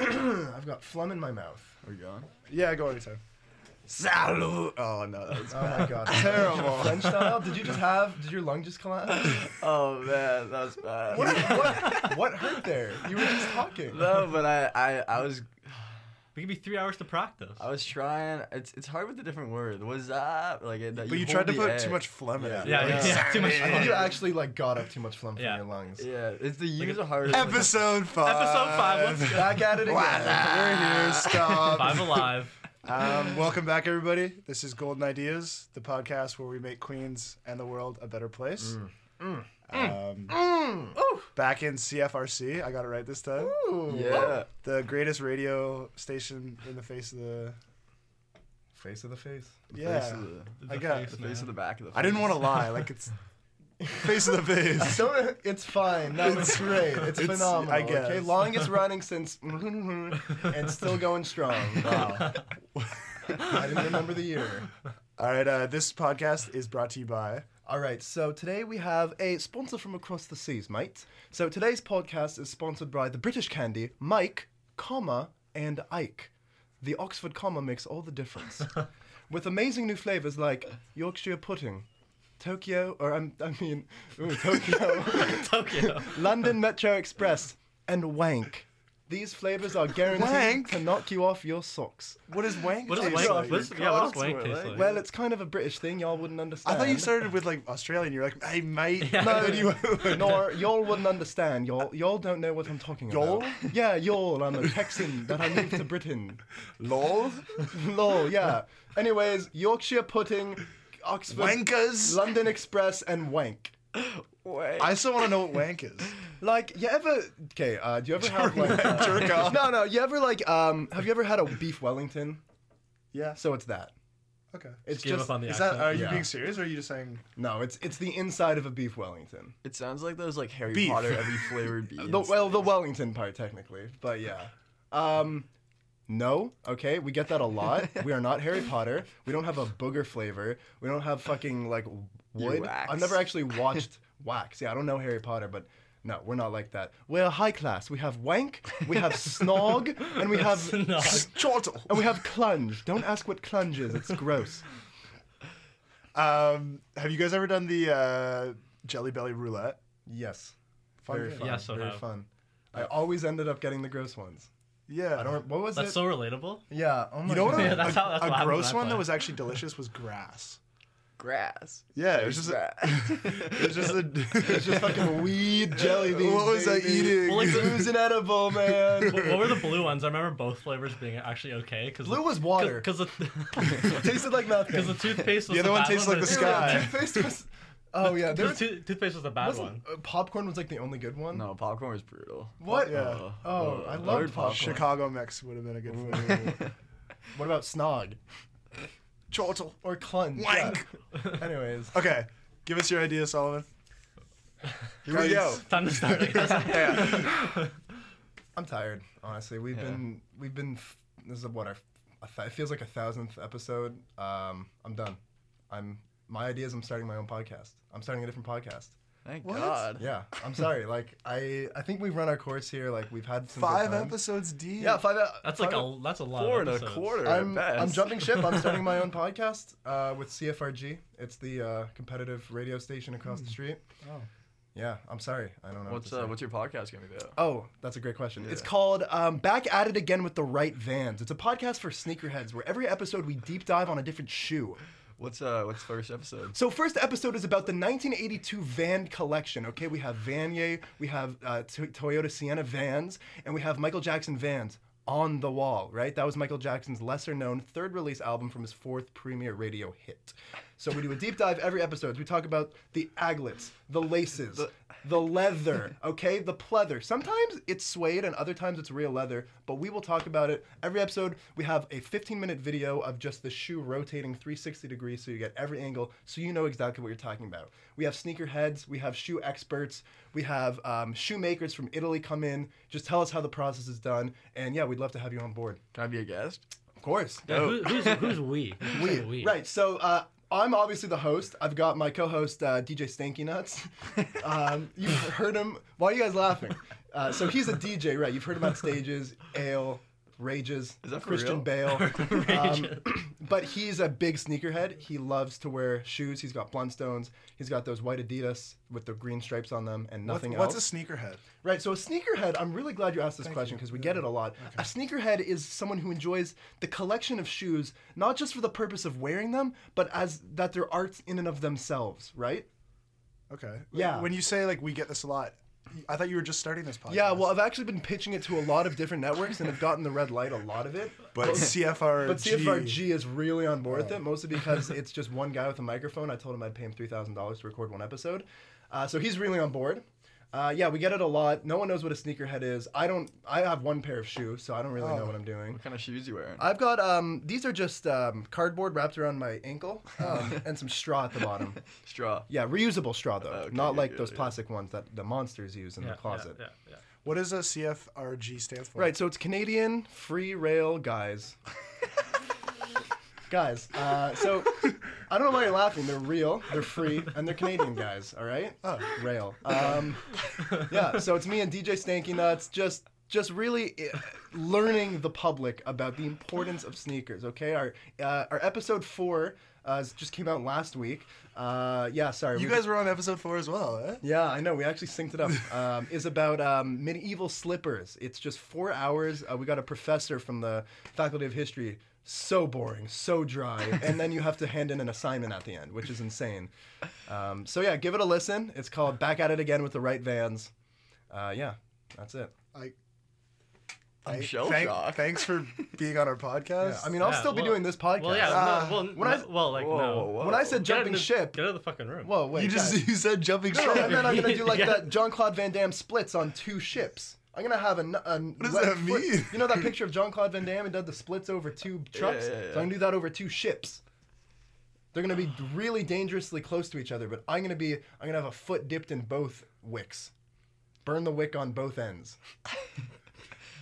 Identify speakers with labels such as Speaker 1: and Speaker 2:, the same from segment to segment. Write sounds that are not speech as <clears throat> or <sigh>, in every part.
Speaker 1: I've got phlegm in my mouth.
Speaker 2: Are we going?
Speaker 3: Yeah, go on anytime. Salut. Oh no, <laughs> that was.
Speaker 1: Oh my god.
Speaker 3: Terrible.
Speaker 1: French style? Did you just have? Did your lung just collapse?
Speaker 3: Oh man, that was bad.
Speaker 1: What, what, what hurt there? You were just talking.
Speaker 3: No, but I, I, I was,
Speaker 4: We give you three hours to practice.
Speaker 3: I was trying. It's, it's hard with the different word. What's up? Like, it,
Speaker 2: But you, tried to
Speaker 3: hold the
Speaker 2: put too
Speaker 3: air.
Speaker 2: much phlegm in
Speaker 1: Yeah.
Speaker 2: it.
Speaker 4: yeah,
Speaker 2: Like,
Speaker 4: yeah, yeah, too much.
Speaker 1: I think you
Speaker 4: fun.
Speaker 1: actually like got up too much phlegm from
Speaker 4: Yeah.
Speaker 1: your lungs.
Speaker 3: Yeah, it's the use of hard.
Speaker 2: Episode five.
Speaker 4: Episode five, let's go.
Speaker 1: Back at it again.
Speaker 2: Voila, We're here. Stop. <laughs>
Speaker 4: Five alive.
Speaker 2: Um, welcome back, everybody. This is Golden Ideas, the podcast where we make Queens and the world a better place.
Speaker 4: Mm.
Speaker 2: Um, Back in CFRC, I got it right this time.
Speaker 1: Mm. Ooh.
Speaker 3: Yeah.
Speaker 2: The greatest radio station in the face of the.
Speaker 1: Face of the face.
Speaker 3: Face
Speaker 2: Yeah,
Speaker 3: of the,
Speaker 2: I
Speaker 4: The
Speaker 2: got.
Speaker 4: face.
Speaker 3: the face of the back of the. Face.
Speaker 2: I didn't want to lie. Like
Speaker 3: <laughs>
Speaker 2: it's face of the face.
Speaker 1: So it's fine. No, it's great. It's,
Speaker 2: It's-
Speaker 1: phenomenal.
Speaker 2: I guess.
Speaker 1: Okay, longest running since mm-hmm, and still going strong. Wow. I didn't remember the year.
Speaker 2: All right, uh, this podcast is brought to you by.
Speaker 1: All right, so today we have a sponsor from across the seas, mate. So today's podcast is sponsored by the British candy Mike, comma, and Ike. The Oxford comma makes all the
Speaker 2: <laughs>
Speaker 1: difference. With amazing new flavors like Yorkshire pudding, Tokyo, or I'm, I mean, ooh,
Speaker 2: <laughs>
Speaker 1: Tokyo,
Speaker 4: Tokyo.
Speaker 1: London Metro Express, and Wank. These flavors are guaranteed
Speaker 2: Wank?
Speaker 1: to knock you off your socks.
Speaker 2: What is wank?
Speaker 4: What does
Speaker 2: taste
Speaker 4: wank?
Speaker 2: like?
Speaker 4: what does, yeah, what does
Speaker 3: cocks
Speaker 4: wank
Speaker 3: were
Speaker 4: taste
Speaker 3: like-
Speaker 4: like?
Speaker 1: Well, it's kind of a British thing, y'all wouldn't
Speaker 2: I
Speaker 1: understand.
Speaker 2: thought you started with like Australian. You're like, I might.
Speaker 4: Yeah.
Speaker 2: No, then you.
Speaker 1: Nor y'all wouldn't understand. Y'all y'all don't know what I'm talking
Speaker 2: Y'all?
Speaker 1: about. Y'all? Yeah, y'all. I'm a Texan that I moved to Britain.
Speaker 2: Lol.
Speaker 1: Lol, yeah. Anyways, Yorkshire pudding, Oxford,
Speaker 2: Wankers.
Speaker 1: London Express, and wank.
Speaker 3: Wait.
Speaker 2: I still want to know what wank is.
Speaker 1: Like, you ever? Okay, uh, do you ever have like? uh,
Speaker 2: Jerk off.
Speaker 1: no, no. You ever like? Um, have you ever had a beef Wellington?
Speaker 2: Yeah.
Speaker 1: So it's that.
Speaker 2: Okay.
Speaker 1: It's
Speaker 4: Gave
Speaker 1: just
Speaker 4: up on the
Speaker 2: Is
Speaker 4: accent.
Speaker 2: that? Are you
Speaker 1: Yeah.
Speaker 2: being serious? or Are you just saying?
Speaker 1: no. It's it's the inside of a beef Wellington.
Speaker 3: It sounds like those like Harry
Speaker 2: Beef.
Speaker 3: Potter
Speaker 2: <laughs>
Speaker 3: every flavored beans.
Speaker 1: The, well, the Wellington part, technically, but yeah. Um, no, okay, we get that a lot. we are not Harry Potter. We don't have a booger flavor. We don't have fucking like wood.
Speaker 3: wax.
Speaker 1: I've never actually watched <laughs> wax. Yeah, I don't know Harry Potter, but no, we're not like that. We're high class. We have wank, we have snog, and we have
Speaker 4: Snog.
Speaker 2: Chortle. <laughs>
Speaker 1: and we have clunge. Don't ask what clunge is. It's gross.
Speaker 2: Um, have you guys ever done the uh, Jelly Belly Roulette?
Speaker 1: Yes,
Speaker 2: Fun
Speaker 1: very
Speaker 2: game.
Speaker 1: fun.
Speaker 4: Yes, I
Speaker 1: very
Speaker 4: have.
Speaker 1: fun. I always ended up getting the gross ones.
Speaker 2: Yeah.
Speaker 1: I don't. What was
Speaker 4: That's
Speaker 1: it?
Speaker 4: so relatable.
Speaker 1: yeah. Oh my
Speaker 2: You know what?
Speaker 1: God.
Speaker 2: a-
Speaker 1: <laughs>
Speaker 4: Yeah, that's
Speaker 2: a
Speaker 4: how- that's what
Speaker 2: a
Speaker 4: happens
Speaker 2: gross
Speaker 4: when I
Speaker 2: one that
Speaker 4: play.
Speaker 2: was actually delicious was grass.
Speaker 3: grass.
Speaker 2: Yeah, it was just. A,
Speaker 3: grass.
Speaker 2: <laughs>
Speaker 3: <laughs>
Speaker 2: it was just a. it was
Speaker 1: It's just fucking weed jelly beans.
Speaker 2: What was I
Speaker 1: baby.
Speaker 2: eating?
Speaker 4: Well, like the-
Speaker 1: It
Speaker 2: <laughs>
Speaker 1: was an edible,
Speaker 4: What,
Speaker 1: man.
Speaker 4: what were the blue ones? I remember both flavors being actually okay. Cause
Speaker 1: Blue
Speaker 4: the,
Speaker 1: was water.
Speaker 4: Because the,
Speaker 1: It tasted like nothing.
Speaker 4: cause the toothpaste was
Speaker 2: The other one
Speaker 4: bad
Speaker 2: tastes like
Speaker 4: but
Speaker 2: the
Speaker 4: it-
Speaker 1: Yeah,
Speaker 2: sky.
Speaker 1: toothpaste was. Oh yeah, <laughs> there
Speaker 4: The
Speaker 1: was,
Speaker 4: tooth- toothpaste was the bad one.
Speaker 1: wasn't- uh, popcorn was like the only good one.
Speaker 3: <laughs> no, popcorn was brutal.
Speaker 1: What?
Speaker 2: Yeah.
Speaker 3: Oh,
Speaker 1: Oh, I
Speaker 3: loved
Speaker 1: loved popcorn.
Speaker 2: Chicago Mex would have been a good flavor.
Speaker 1: What about snog
Speaker 2: Chortle.
Speaker 1: or clunge? Yeah.
Speaker 2: Wank.
Speaker 1: Anyways,
Speaker 2: Okay, give us your idea, Solomon. Here we go.
Speaker 1: Guys.
Speaker 4: Time to start. I guess.
Speaker 1: I'm tired. Honestly, we've
Speaker 3: Yeah.
Speaker 1: been we've been. f- This is what our. a th- It feels like a thousandth episode. Um, I'm done. I'm. My idea is I'm starting my own podcast. I'm starting a different podcast.
Speaker 3: <laughs> Thank
Speaker 2: What?
Speaker 3: God.
Speaker 1: Yeah, I'm
Speaker 2: <laughs>
Speaker 1: sorry. Like I, I think we've run our course here. Like we've had some good
Speaker 2: Five
Speaker 1: times.
Speaker 2: episodes deep.
Speaker 1: Yeah, five. e-
Speaker 4: <laughs> That's like
Speaker 1: five
Speaker 4: a that's a lot.
Speaker 3: Four and
Speaker 4: of
Speaker 3: a
Speaker 4: episodes.
Speaker 3: quarter.
Speaker 1: e- I'm,
Speaker 3: at
Speaker 1: I'm
Speaker 3: best.
Speaker 1: jumping ship. I'm starting
Speaker 3: <laughs>
Speaker 1: my own podcast uh, with CFRG. It's the uh, competitive radio station across the street.
Speaker 2: Oh.
Speaker 1: Yeah, I'm sorry. I don't know.
Speaker 3: Hmm. What's
Speaker 1: what to
Speaker 3: uh,
Speaker 1: say.
Speaker 3: what's your podcast gonna be about?
Speaker 1: Oh, that's a great question. It's called um, Back at It Again with the Right Vans. It's a podcast for sneakerheads where every episode we deep dive on a different shoe.
Speaker 3: What's uh what's first episode?
Speaker 1: So first episode is about the 1982 van collection. Okay, we have Vanier, we have uh, T- Toyota Sienna vans, and we have Michael Jackson vans on the wall. Right, that was Michael Jackson's lesser-known third release album from his fourth premier radio hit. So we do a deep dive every episode. We talk about the aglets, the laces, the, leather. Okay, the pleather. Sometimes it's suede, and other times it's real leather. But we will talk about it every episode. We have a 15-minute video of just the shoe rotating 360 degrees, so you get every angle, so you know exactly what you're talking about. We have sneaker heads, we have shoe experts, we have um, shoemakers from Italy come in. Just tell us how the process is done, and yeah, we'd love to have you on board.
Speaker 3: Can I be a guest?
Speaker 1: Of course.
Speaker 4: Yeah, who, who's who's we? <laughs> Who's
Speaker 1: We,
Speaker 4: saying we.
Speaker 1: Right. So uh, I'm obviously the host. I've got my co-host uh, DJ Stanky
Speaker 3: <laughs>
Speaker 1: Nuts. um, you've heard him. Why are you guys laughing? Uh, so he's a DJ, right? You've heard him on stages, Ale, Rages,
Speaker 3: Is that for
Speaker 1: Christian
Speaker 3: real?
Speaker 1: Bale.
Speaker 3: <laughs>
Speaker 1: um, <clears throat>
Speaker 4: Rages.
Speaker 1: but he's a big sneakerhead. He loves to wear shoes. He's got Blundstones. He's got those white Adidas with the green stripes on them and
Speaker 2: What-
Speaker 1: nothing else.
Speaker 2: what's a sneakerhead?
Speaker 1: Right, so a sneakerhead, I'm really glad you asked this question because we get it a lot. A sneakerhead is someone who enjoys the collection of shoes, not just for the purpose of wearing them, but as that they're arts in and of themselves, right?
Speaker 2: Okay.
Speaker 1: Yeah.
Speaker 2: When you say like we get this a lot, I thought you were just starting this podcast.
Speaker 1: Yeah, well, I've actually been pitching it to a lot of different networks and have gotten the red light a lot of it.
Speaker 2: <laughs> but CFRG.
Speaker 1: But CFRG is really on board with it, mostly because it's just one guy with a microphone. I told him I'd pay him three thousand dollars to record one episode, uh, so he's really on board. Uh, yeah, we get it a lot. No one knows what a sneakerhead is. I don't. I have one pair of shoes, so I don't really know what I'm doing.
Speaker 3: What kind of shoes you wearing?
Speaker 1: I've got um. These are just um, cardboard wrapped around my ankle,
Speaker 3: <laughs>
Speaker 1: um, and some straw at the <laughs> bottom.
Speaker 3: Straw.
Speaker 1: Yeah, reusable straw though,
Speaker 3: Okay,
Speaker 1: not
Speaker 3: yeah,
Speaker 1: like
Speaker 3: yeah,
Speaker 1: those
Speaker 3: yeah.
Speaker 1: plastic ones that the monsters use in
Speaker 4: Yeah,
Speaker 1: the closet.
Speaker 4: Yeah, yeah,
Speaker 2: What does a CFRG stand for?
Speaker 1: Right, so it's Canadian Free Rail
Speaker 2: <laughs>
Speaker 1: Guys. guys, uh, so I don't know why you're laughing. They're real, they're free, and they're Canadian guys, all right?
Speaker 2: Oh. <laughs>
Speaker 1: Rail. Um, yeah, so it's me and DJ Stanky Nuts just just really eh, learning the public about the importance of sneakers, okay? Our uh, our episode 4 uh, just came out last week. Uh, yeah, sorry.
Speaker 2: You
Speaker 1: we-
Speaker 2: guys were on episode four as well, eh?
Speaker 1: yeah, I know. We actually synced it
Speaker 4: <laughs>
Speaker 1: up. Um, is about um, medieval slippers. It's just four hours. Uh, we got a professor from the Faculty of History. So boring, so
Speaker 4: <laughs>
Speaker 1: dry, and then you have to hand in an assignment at the end, which is insane. Um, so yeah, give it a listen. It's called "Back at It Again with the Right Vans." Uh, yeah, that's it.
Speaker 2: I.
Speaker 3: I'm
Speaker 2: I-
Speaker 3: shell
Speaker 2: thank-
Speaker 3: shocked.
Speaker 2: Thanks for being on our podcast.
Speaker 1: Yeah, I mean, I'll
Speaker 4: Yeah,
Speaker 1: still be
Speaker 4: well-
Speaker 1: doing this podcast.
Speaker 4: Well, yeah.
Speaker 2: Uh,
Speaker 4: no, well,
Speaker 1: when I-
Speaker 4: no- well, like
Speaker 3: whoa,
Speaker 4: no.
Speaker 3: whoa, whoa.
Speaker 1: When I said
Speaker 4: Get out of
Speaker 1: jumping
Speaker 4: the-
Speaker 1: ship,
Speaker 4: Get out of the fucking room.
Speaker 1: whoa, wait,
Speaker 2: you just
Speaker 1: guys.
Speaker 2: you said jumping
Speaker 1: No,
Speaker 2: ship.
Speaker 1: and then I'm gonna do like
Speaker 4: Yeah.
Speaker 1: that John Claude Van Damme splits on two ships. I'm gonna have a. n- a
Speaker 2: does
Speaker 1: left
Speaker 2: that
Speaker 1: foot-
Speaker 2: mean?
Speaker 1: You know that picture of John Claude Van Damme and did the splits over two trucks.
Speaker 3: yeah, yeah.
Speaker 1: So I'm gonna do that over two ships. They're gonna be really dangerously close to each other, but I'm gonna be. I'm gonna have a foot dipped in both wicks. Burn the wick on both ends.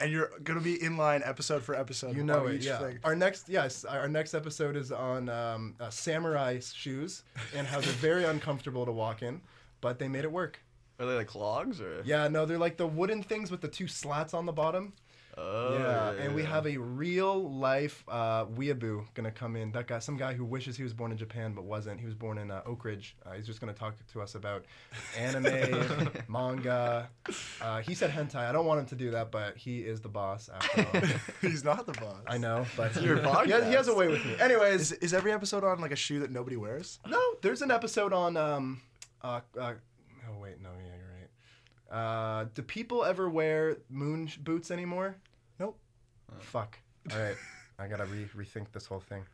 Speaker 2: and you're gonna be in line episode for episode.
Speaker 1: You know
Speaker 2: on
Speaker 1: it.
Speaker 2: each
Speaker 1: Yeah.
Speaker 2: thing.
Speaker 1: Our next, yes, our next episode is on um, uh, samurai shoes and how they're very uncomfortable to walk in, but they made it work.
Speaker 3: Are they like clogs or?
Speaker 1: Yeah, no, they're like the wooden things with the two slats on the bottom.
Speaker 3: Oh,
Speaker 1: yeah, and we
Speaker 3: yeah.
Speaker 1: have <laughs> a real life uh, weeaboo gonna come in. That guy, some guy who wishes he was born in Japan but wasn't. He was born in uh, Oak Ridge. Uh, he's just gonna talk to us about anime,
Speaker 3: <laughs>
Speaker 1: manga. Uh, he said hentai. I don't want him to do that, but he is the boss after
Speaker 3: <laughs>
Speaker 1: all.
Speaker 2: <laughs> He's not the boss.
Speaker 1: I know, but
Speaker 3: Your
Speaker 1: he, has- he has, a
Speaker 3: podcast.
Speaker 1: way with me. Anyways,
Speaker 2: Is, is every episode on like a shoe that nobody wears?
Speaker 1: no, there's an episode on. Um, uh, uh, oh wait, no, yeah, you're right. Uh, do people ever wear moon sh- boots anymore?
Speaker 2: Nope.
Speaker 1: Fuck. All right, I gotta re- rethink this whole thing.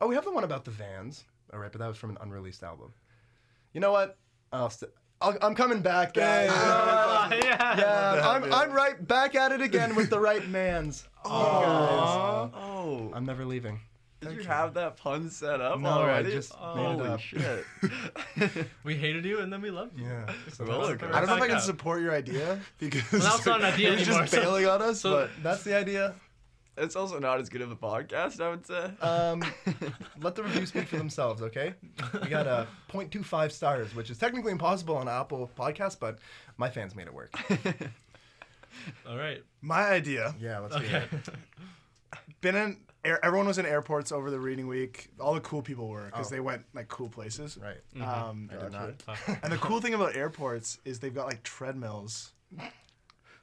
Speaker 1: Oh, we have the one about the Vans. All right, but that was from an unreleased album. You know what? I'll st- I'll, I'm coming back, guys.
Speaker 4: Ah, <laughs> yeah.
Speaker 1: Yeah, I'm,
Speaker 2: dude.
Speaker 1: I'm right back at it again with the right man's.
Speaker 2: Aw.
Speaker 1: Guys,
Speaker 3: <laughs> Oh,
Speaker 1: I'm never leaving.
Speaker 3: did you have that pun set up
Speaker 1: No, I
Speaker 3: already?
Speaker 1: just
Speaker 3: oh,
Speaker 1: made it
Speaker 3: holy
Speaker 1: up.
Speaker 3: shit!
Speaker 1: <laughs>
Speaker 4: We hated you and then we loved you.
Speaker 1: Yeah. So
Speaker 3: Roller
Speaker 1: that's-
Speaker 3: coaster.
Speaker 2: I don't know if I can
Speaker 4: Blackout.
Speaker 2: support
Speaker 1: <laughs>
Speaker 2: your idea because
Speaker 4: now it's not an
Speaker 2: <laughs>
Speaker 4: idea
Speaker 2: you're
Speaker 4: anymore,
Speaker 2: just
Speaker 4: so-
Speaker 2: bailing on us.
Speaker 4: so-
Speaker 2: but
Speaker 1: that's the idea.
Speaker 3: it's also not as good of a podcast, I would say.
Speaker 1: Um, let the reviews speak for themselves, okay? We got a 0.25 stars, which is technically impossible on Apple Podcasts, but my fans made it work.
Speaker 4: All right.
Speaker 2: my idea
Speaker 1: Yeah, let's do
Speaker 4: Okay.
Speaker 1: it.
Speaker 2: been in air, everyone was in airports over the reading week. All the cool people were because they went like cool places.
Speaker 1: Oh. Right.
Speaker 4: Mm-hmm.
Speaker 2: Um,
Speaker 1: I did not. <laughs>
Speaker 2: <laughs> and the cool thing about airports is they've got like treadmills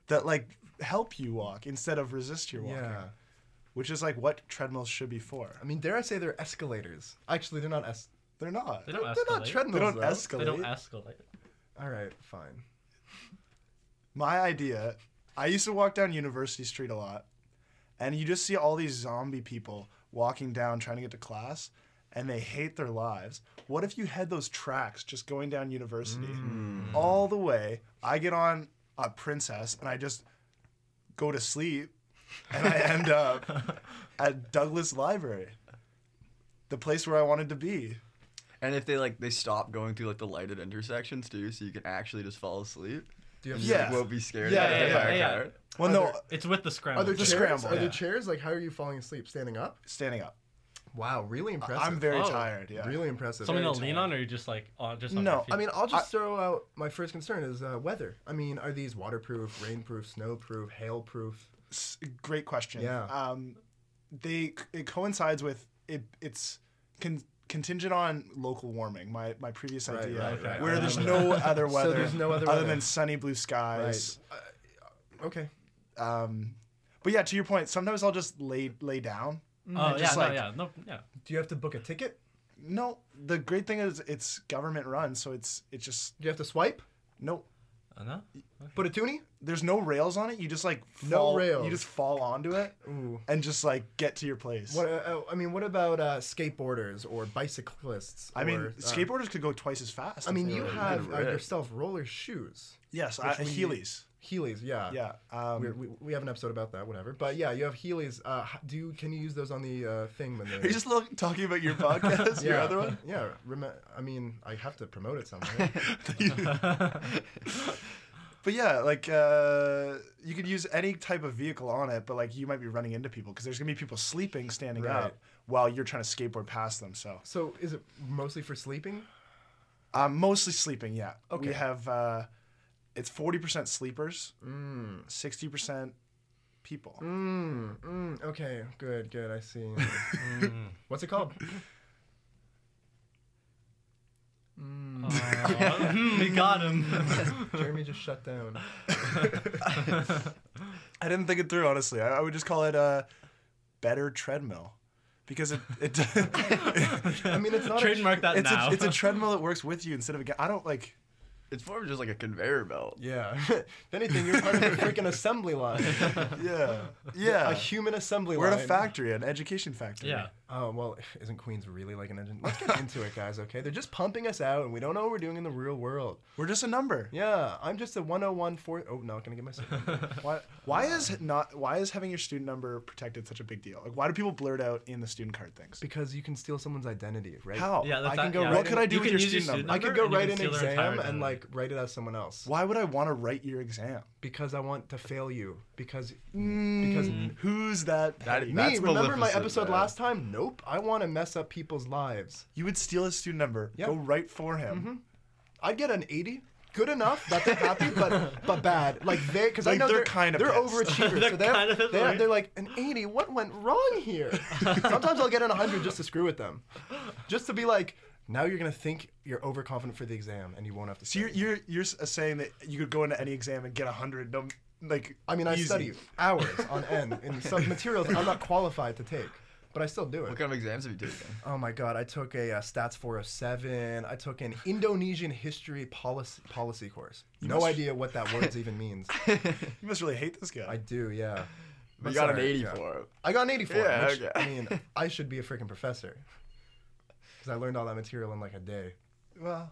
Speaker 2: that like help you walk instead of resist your walking,
Speaker 1: Yeah.
Speaker 2: which is like what treadmills should be for.
Speaker 1: I mean, dare I say they're escalators? Actually, they're not es-
Speaker 2: They're not.
Speaker 4: They
Speaker 2: They
Speaker 4: don't
Speaker 1: They're
Speaker 4: escalate.
Speaker 1: not treadmills.
Speaker 2: don't
Speaker 1: though.
Speaker 2: escalate.
Speaker 4: They don't escalate.
Speaker 1: All right, fine.
Speaker 2: my idea i used to walk down university street a lot and you just see all these zombie people walking down trying to get to class and they hate their lives what if you had those tracks just going down university all the way i get on a princess and i just go to sleep and i end up at douglas library the place where i wanted to be
Speaker 3: <laughs> And if they like they stop going through like the lighted intersections too, so you can actually just fall asleep.
Speaker 1: Do you have
Speaker 3: You, like,
Speaker 2: Yeah.
Speaker 3: won't be scared.
Speaker 1: Yeah,
Speaker 3: of
Speaker 1: yeah,
Speaker 3: the
Speaker 1: yeah,
Speaker 3: fire
Speaker 4: yeah.
Speaker 3: card.
Speaker 2: well
Speaker 1: Are
Speaker 2: no
Speaker 1: there-
Speaker 4: It's with the scramble.
Speaker 1: Are there
Speaker 2: The
Speaker 1: chairs?
Speaker 2: scramble,
Speaker 1: Are there
Speaker 2: yeah.
Speaker 1: chairs? Like, how are you falling asleep? Standing up?
Speaker 2: standing up
Speaker 1: Wow, really impressive.
Speaker 2: i'm very
Speaker 4: Oh.
Speaker 2: tired yeah
Speaker 1: Really impressive.
Speaker 4: Something to
Speaker 2: Very
Speaker 4: lean
Speaker 2: tight.
Speaker 4: on, or you just like on just on
Speaker 2: No,
Speaker 4: your feet?
Speaker 1: I mean, I'll just throw out my first concern is uh, weather. I mean, are these waterproof, rainproof, snowproof, hailproof?
Speaker 2: S- Great question.
Speaker 1: Yeah.
Speaker 2: Um, they it coincides with it. It's con- contingent on local warming. My my previous
Speaker 1: Right,
Speaker 2: idea,
Speaker 1: right,
Speaker 4: right.
Speaker 2: where
Speaker 4: I
Speaker 2: there's
Speaker 4: remember
Speaker 2: no
Speaker 1: <laughs>
Speaker 2: other
Speaker 1: So
Speaker 2: weather,
Speaker 1: there's no other weather.
Speaker 2: than sunny blue skies.
Speaker 1: Okay.
Speaker 2: Um, but yeah, to your point, sometimes I'll just lay lay down.
Speaker 4: Oh yeah,
Speaker 2: just
Speaker 4: no,
Speaker 2: like-
Speaker 4: yeah, no, yeah.
Speaker 1: Do you have to book a ticket?
Speaker 2: No, the great thing is it's government run, so it's it's just
Speaker 1: Do you have to swipe?
Speaker 2: no.
Speaker 1: <laughs>
Speaker 4: Uh, no? <laughs>
Speaker 1: Put a toonie?
Speaker 2: There's no rails on it. You just like
Speaker 1: No
Speaker 2: fall,
Speaker 1: rails.
Speaker 2: You just fall onto it
Speaker 1: Ooh.
Speaker 2: and just like get to your place.
Speaker 1: What, uh, uh, I mean, what about uh, skateboarders or bicyclists?
Speaker 2: I mean,
Speaker 1: or, uh,
Speaker 2: skateboarders could go twice as fast.
Speaker 1: I
Speaker 2: if
Speaker 1: mean,
Speaker 2: they
Speaker 1: you
Speaker 2: were-
Speaker 1: have uh,
Speaker 3: Right.
Speaker 1: yourself roller shoes.
Speaker 2: yes, uh,
Speaker 1: which we-
Speaker 2: Heelys.
Speaker 1: Heelys, yeah.
Speaker 2: Yeah. Um,
Speaker 1: We're, we, we have an episode about that, whatever. But yeah, you have Heelys. Uh, h- do you, can you use those on the uh, thing when
Speaker 2: Are
Speaker 1: they're <laughs>
Speaker 2: you just look, talking about your podcast, your other one?
Speaker 1: Yeah, rem- I mean, I have to promote it somewhere.
Speaker 2: <laughs> But yeah, like uh, you could use any type of vehicle on it, but like you might be running into people because there's gonna be people sleeping, standing
Speaker 1: Right.
Speaker 2: up while you're trying to skateboard past them. So
Speaker 1: so, is it mostly for sleeping?
Speaker 2: um, mostly sleeping. Yeah.
Speaker 1: Okay.
Speaker 2: We have uh, it's forty percent sleepers, sixty percent people.
Speaker 1: Mm, mm, okay, good, good. I
Speaker 4: <laughs>
Speaker 1: see. Mm. What's it called?
Speaker 4: Aw, hmm, we got him.
Speaker 1: Jeremy just shut
Speaker 4: <laughs>
Speaker 1: down.
Speaker 2: I didn't think it through honestly. I, I would just call it a better treadmill because it
Speaker 1: <laughs>
Speaker 2: <laughs> it.
Speaker 1: I mean, it's not. A,
Speaker 4: <laughs> Trademark that
Speaker 2: It's
Speaker 4: now.
Speaker 2: a, it's a treadmill that works with you instead of a. ga- I
Speaker 1: <laughs>
Speaker 2: don't like.
Speaker 3: It's more of just like a conveyor belt.
Speaker 1: yeah. <laughs> if anything, you're part of a freaking assembly
Speaker 4: <laughs>
Speaker 1: line.
Speaker 2: Yeah.
Speaker 1: A
Speaker 2: Yeah.
Speaker 1: human assembly
Speaker 2: We're
Speaker 1: line.
Speaker 2: at a factory, an education factory.
Speaker 4: <laughs> yeah.
Speaker 1: Oh well, isn't Queens really like an engine? Let's
Speaker 4: <laughs>
Speaker 1: get into it, guys. Okay, they're just pumping us out, and we don't know what we're doing in the real world.
Speaker 2: We're just a number.
Speaker 1: Yeah, I'm just a 101 for. Oh, not gonna get my.
Speaker 4: <laughs>
Speaker 2: Why, why is not why is having your student number protected such a big deal? Like why do people blurt out in the student card things?
Speaker 1: because you can steal someone's identity, right?
Speaker 2: How?
Speaker 4: Yeah, that's
Speaker 1: I can
Speaker 4: that-
Speaker 1: go
Speaker 4: yeah.
Speaker 1: right What could
Speaker 2: I do
Speaker 4: You
Speaker 2: with
Speaker 4: can
Speaker 2: your
Speaker 4: use
Speaker 2: student number?
Speaker 1: I
Speaker 4: number
Speaker 1: could go
Speaker 4: and you
Speaker 1: write
Speaker 4: can
Speaker 1: an
Speaker 4: steal their
Speaker 1: exam
Speaker 4: entire
Speaker 1: and
Speaker 4: identity.
Speaker 1: like write it as someone else
Speaker 2: Why would I want to write your exam?
Speaker 1: because I want to fail you because
Speaker 2: Mm, who's that?
Speaker 3: That-
Speaker 2: petty?
Speaker 3: that-
Speaker 1: me
Speaker 3: That's
Speaker 1: remember my
Speaker 3: Maleficent,
Speaker 1: episode
Speaker 3: man.
Speaker 1: last time? Nope, I want to mess up people's lives.
Speaker 2: you would steal his student number.
Speaker 1: Yeah. Mm-hmm.
Speaker 2: Go right for him.
Speaker 1: I'd get an 80. Good enough that they're happy,
Speaker 2: <laughs>
Speaker 1: but but bad. Like they, because I
Speaker 2: Like,
Speaker 1: know
Speaker 2: they're
Speaker 1: they're,
Speaker 2: kinda
Speaker 1: they're
Speaker 2: pissed. <laughs>
Speaker 1: overachievers.
Speaker 4: They're
Speaker 1: so they're,
Speaker 4: kinda pissed,
Speaker 1: they're,
Speaker 4: right?
Speaker 1: they're like an 80. What went wrong
Speaker 2: <laughs>
Speaker 1: here? Sometimes I'll get an 100 just to screw with them, just to be like, now you're gonna think you're overconfident for the exam and you won't have to.
Speaker 2: So you're
Speaker 1: study."
Speaker 2: you're you're s- saying that you could go into any exam and get a hundred. No, like
Speaker 1: I mean, I
Speaker 2: easy.
Speaker 1: study hours on end in
Speaker 2: <laughs>
Speaker 1: some materials I'm not qualified to take, but I still do it.
Speaker 3: What kind of exams have you taken?
Speaker 1: Oh my god, I took a uh, Stats 407. I took an Indonesian history policy policy course. No
Speaker 2: must-
Speaker 1: idea what that word even
Speaker 2: <laughs>
Speaker 1: means.
Speaker 2: You must really hate this guy.
Speaker 1: I do, yeah.
Speaker 3: We
Speaker 1: I'm
Speaker 3: got an
Speaker 1: sorry,
Speaker 3: 80
Speaker 1: yeah.
Speaker 3: for it.
Speaker 1: I got an 84.
Speaker 3: Yeah,
Speaker 1: which,
Speaker 3: okay.
Speaker 1: I mean, I should be a freaking professor because I learned all that material in like a day.
Speaker 2: well,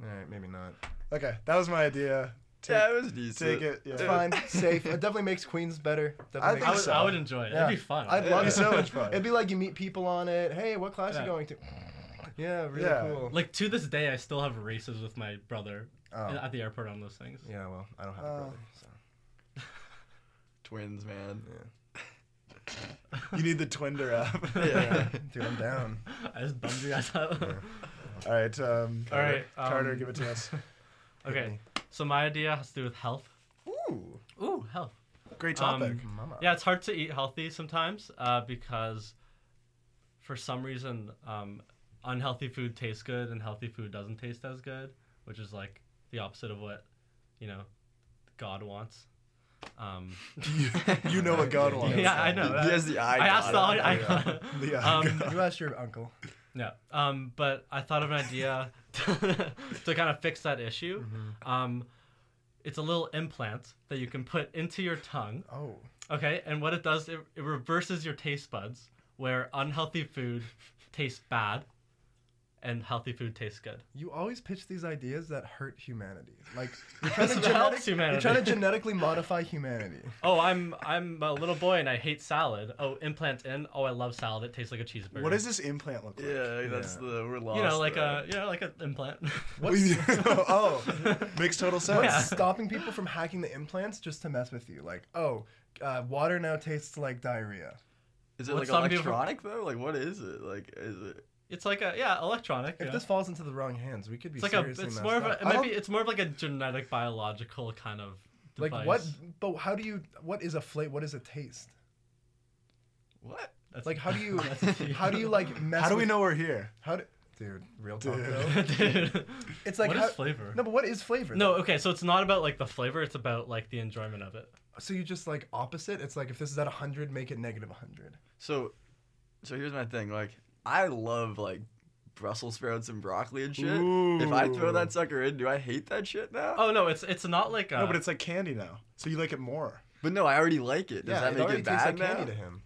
Speaker 1: All right, maybe not.
Speaker 2: okay, that was my idea. Take,
Speaker 3: yeah, it was decent.
Speaker 2: take it. Yeah.
Speaker 1: It's
Speaker 2: <laughs>
Speaker 1: fine, safe. It definitely makes Queens better. Definitely
Speaker 2: I
Speaker 1: makes-
Speaker 4: I
Speaker 2: think
Speaker 4: would,
Speaker 2: so.
Speaker 4: I would enjoy it.
Speaker 1: Yeah.
Speaker 4: It'd be fun.
Speaker 1: I'd love
Speaker 2: It'd be
Speaker 1: it <laughs>
Speaker 2: so
Speaker 4: <laughs>
Speaker 2: much fun.
Speaker 1: It'd be like you meet people on it. Hey, what class
Speaker 4: Yeah.
Speaker 1: you going to? Yeah, really
Speaker 2: Yeah.
Speaker 1: cool.
Speaker 4: like to this day, I still have races with my brother
Speaker 1: Oh.
Speaker 4: in- at the airport on those things.
Speaker 1: yeah, well, I don't have a
Speaker 2: Oh.
Speaker 1: brother. So.
Speaker 3: Twins, man.
Speaker 2: You need the Twinder app.
Speaker 3: <laughs> Yeah.
Speaker 1: Dude, I'm down.
Speaker 4: <laughs> I just bummed you guys out.
Speaker 2: All right. Um,
Speaker 4: All right, um,
Speaker 2: Carter, give it to us.
Speaker 4: <laughs> okay, so my idea has to do with health.
Speaker 1: Ooh,
Speaker 4: Ooh, health.
Speaker 2: Great
Speaker 4: Um,
Speaker 2: topic.
Speaker 1: mama.
Speaker 4: Yeah, it's hard to eat healthy sometimes uh, because for some reason, um, unhealthy food tastes good and healthy food doesn't taste as good, which is like the opposite of what, you know, God wants. Um,
Speaker 2: <laughs> you know what God
Speaker 1: Yeah, <laughs>
Speaker 2: wants.
Speaker 4: yeah, I know.
Speaker 3: He has the eye.
Speaker 4: I asked the
Speaker 3: dot.
Speaker 4: I,
Speaker 2: The eye
Speaker 4: <laughs> um,
Speaker 1: You asked your uncle.
Speaker 4: No. Um, but I thought of an idea to kind of fix that issue. Um, it's a little implant that you can put into your tongue.
Speaker 1: Oh,
Speaker 4: Okay. And what it does, it, it reverses your taste buds where unhealthy food tastes bad and healthy food tastes good.
Speaker 1: you always pitch these ideas that hurt humanity. Like
Speaker 4: <laughs>
Speaker 1: you're trying to,
Speaker 4: It
Speaker 1: genetic,
Speaker 4: helps
Speaker 1: you're
Speaker 4: humanity.
Speaker 1: trying to genetically modify humanity.
Speaker 4: oh, I'm I'm a little boy and I hate salad. Oh, implant in. Oh, I love salad. It tastes like a cheeseburger.
Speaker 2: What does this implant look like?
Speaker 3: Yeah, that's the we're lost.
Speaker 4: you know like uh,
Speaker 3: there.
Speaker 4: a you know like an implant?
Speaker 2: <laughs> What's- oh, makes total sense.
Speaker 4: <laughs> Yeah.
Speaker 1: Stopping people from hacking the implants just to mess with you. Like, oh, uh, water now tastes like diarrhea.
Speaker 3: Is it
Speaker 4: what
Speaker 3: like
Speaker 4: some people-
Speaker 3: electronic though? Like what is it? Like is it?
Speaker 4: <laughs> it's like a yeah electronic.
Speaker 1: If
Speaker 4: yeah.
Speaker 1: this falls into the wrong hands, we could be
Speaker 4: It's like a.
Speaker 1: seriously
Speaker 4: It's
Speaker 1: messed
Speaker 4: more of a.
Speaker 1: up.
Speaker 2: I
Speaker 4: It might
Speaker 2: don't-
Speaker 4: be. It's more of like a genetic biological kind of device.
Speaker 1: Like what? But how do you? What is a flavor? What is a taste?
Speaker 3: What?
Speaker 4: That's-
Speaker 1: Like how do you?
Speaker 4: <laughs> that's-
Speaker 1: how do you
Speaker 4: <laughs>
Speaker 1: like mess?
Speaker 2: How do we
Speaker 1: with-
Speaker 2: know we're here?
Speaker 1: How do, dude? Real talk.
Speaker 2: Dude.
Speaker 1: though.
Speaker 4: <laughs> Dude.
Speaker 1: It's like
Speaker 4: What is
Speaker 1: how,
Speaker 4: flavor?
Speaker 1: No, but what is flavor?
Speaker 4: No,
Speaker 1: though?
Speaker 4: okay, so it's not about like the flavor, it's about like the enjoyment of it.
Speaker 1: So you just like opposite. It's like if this is at hundred, make it negative hundred.
Speaker 3: So, so here's my thing. Like, I love like Brussels sprouts and broccoli and shit. If I throw
Speaker 2: Ooh.
Speaker 3: that sucker in, do I hate that shit now?
Speaker 4: Oh no, it's it's not like a,
Speaker 2: No, but it's like candy now, so you like it more.
Speaker 3: But no, I already like it. Does that
Speaker 1: it
Speaker 3: make
Speaker 1: already
Speaker 3: it
Speaker 1: tastes
Speaker 3: bad
Speaker 1: like
Speaker 3: now?
Speaker 1: candy to him.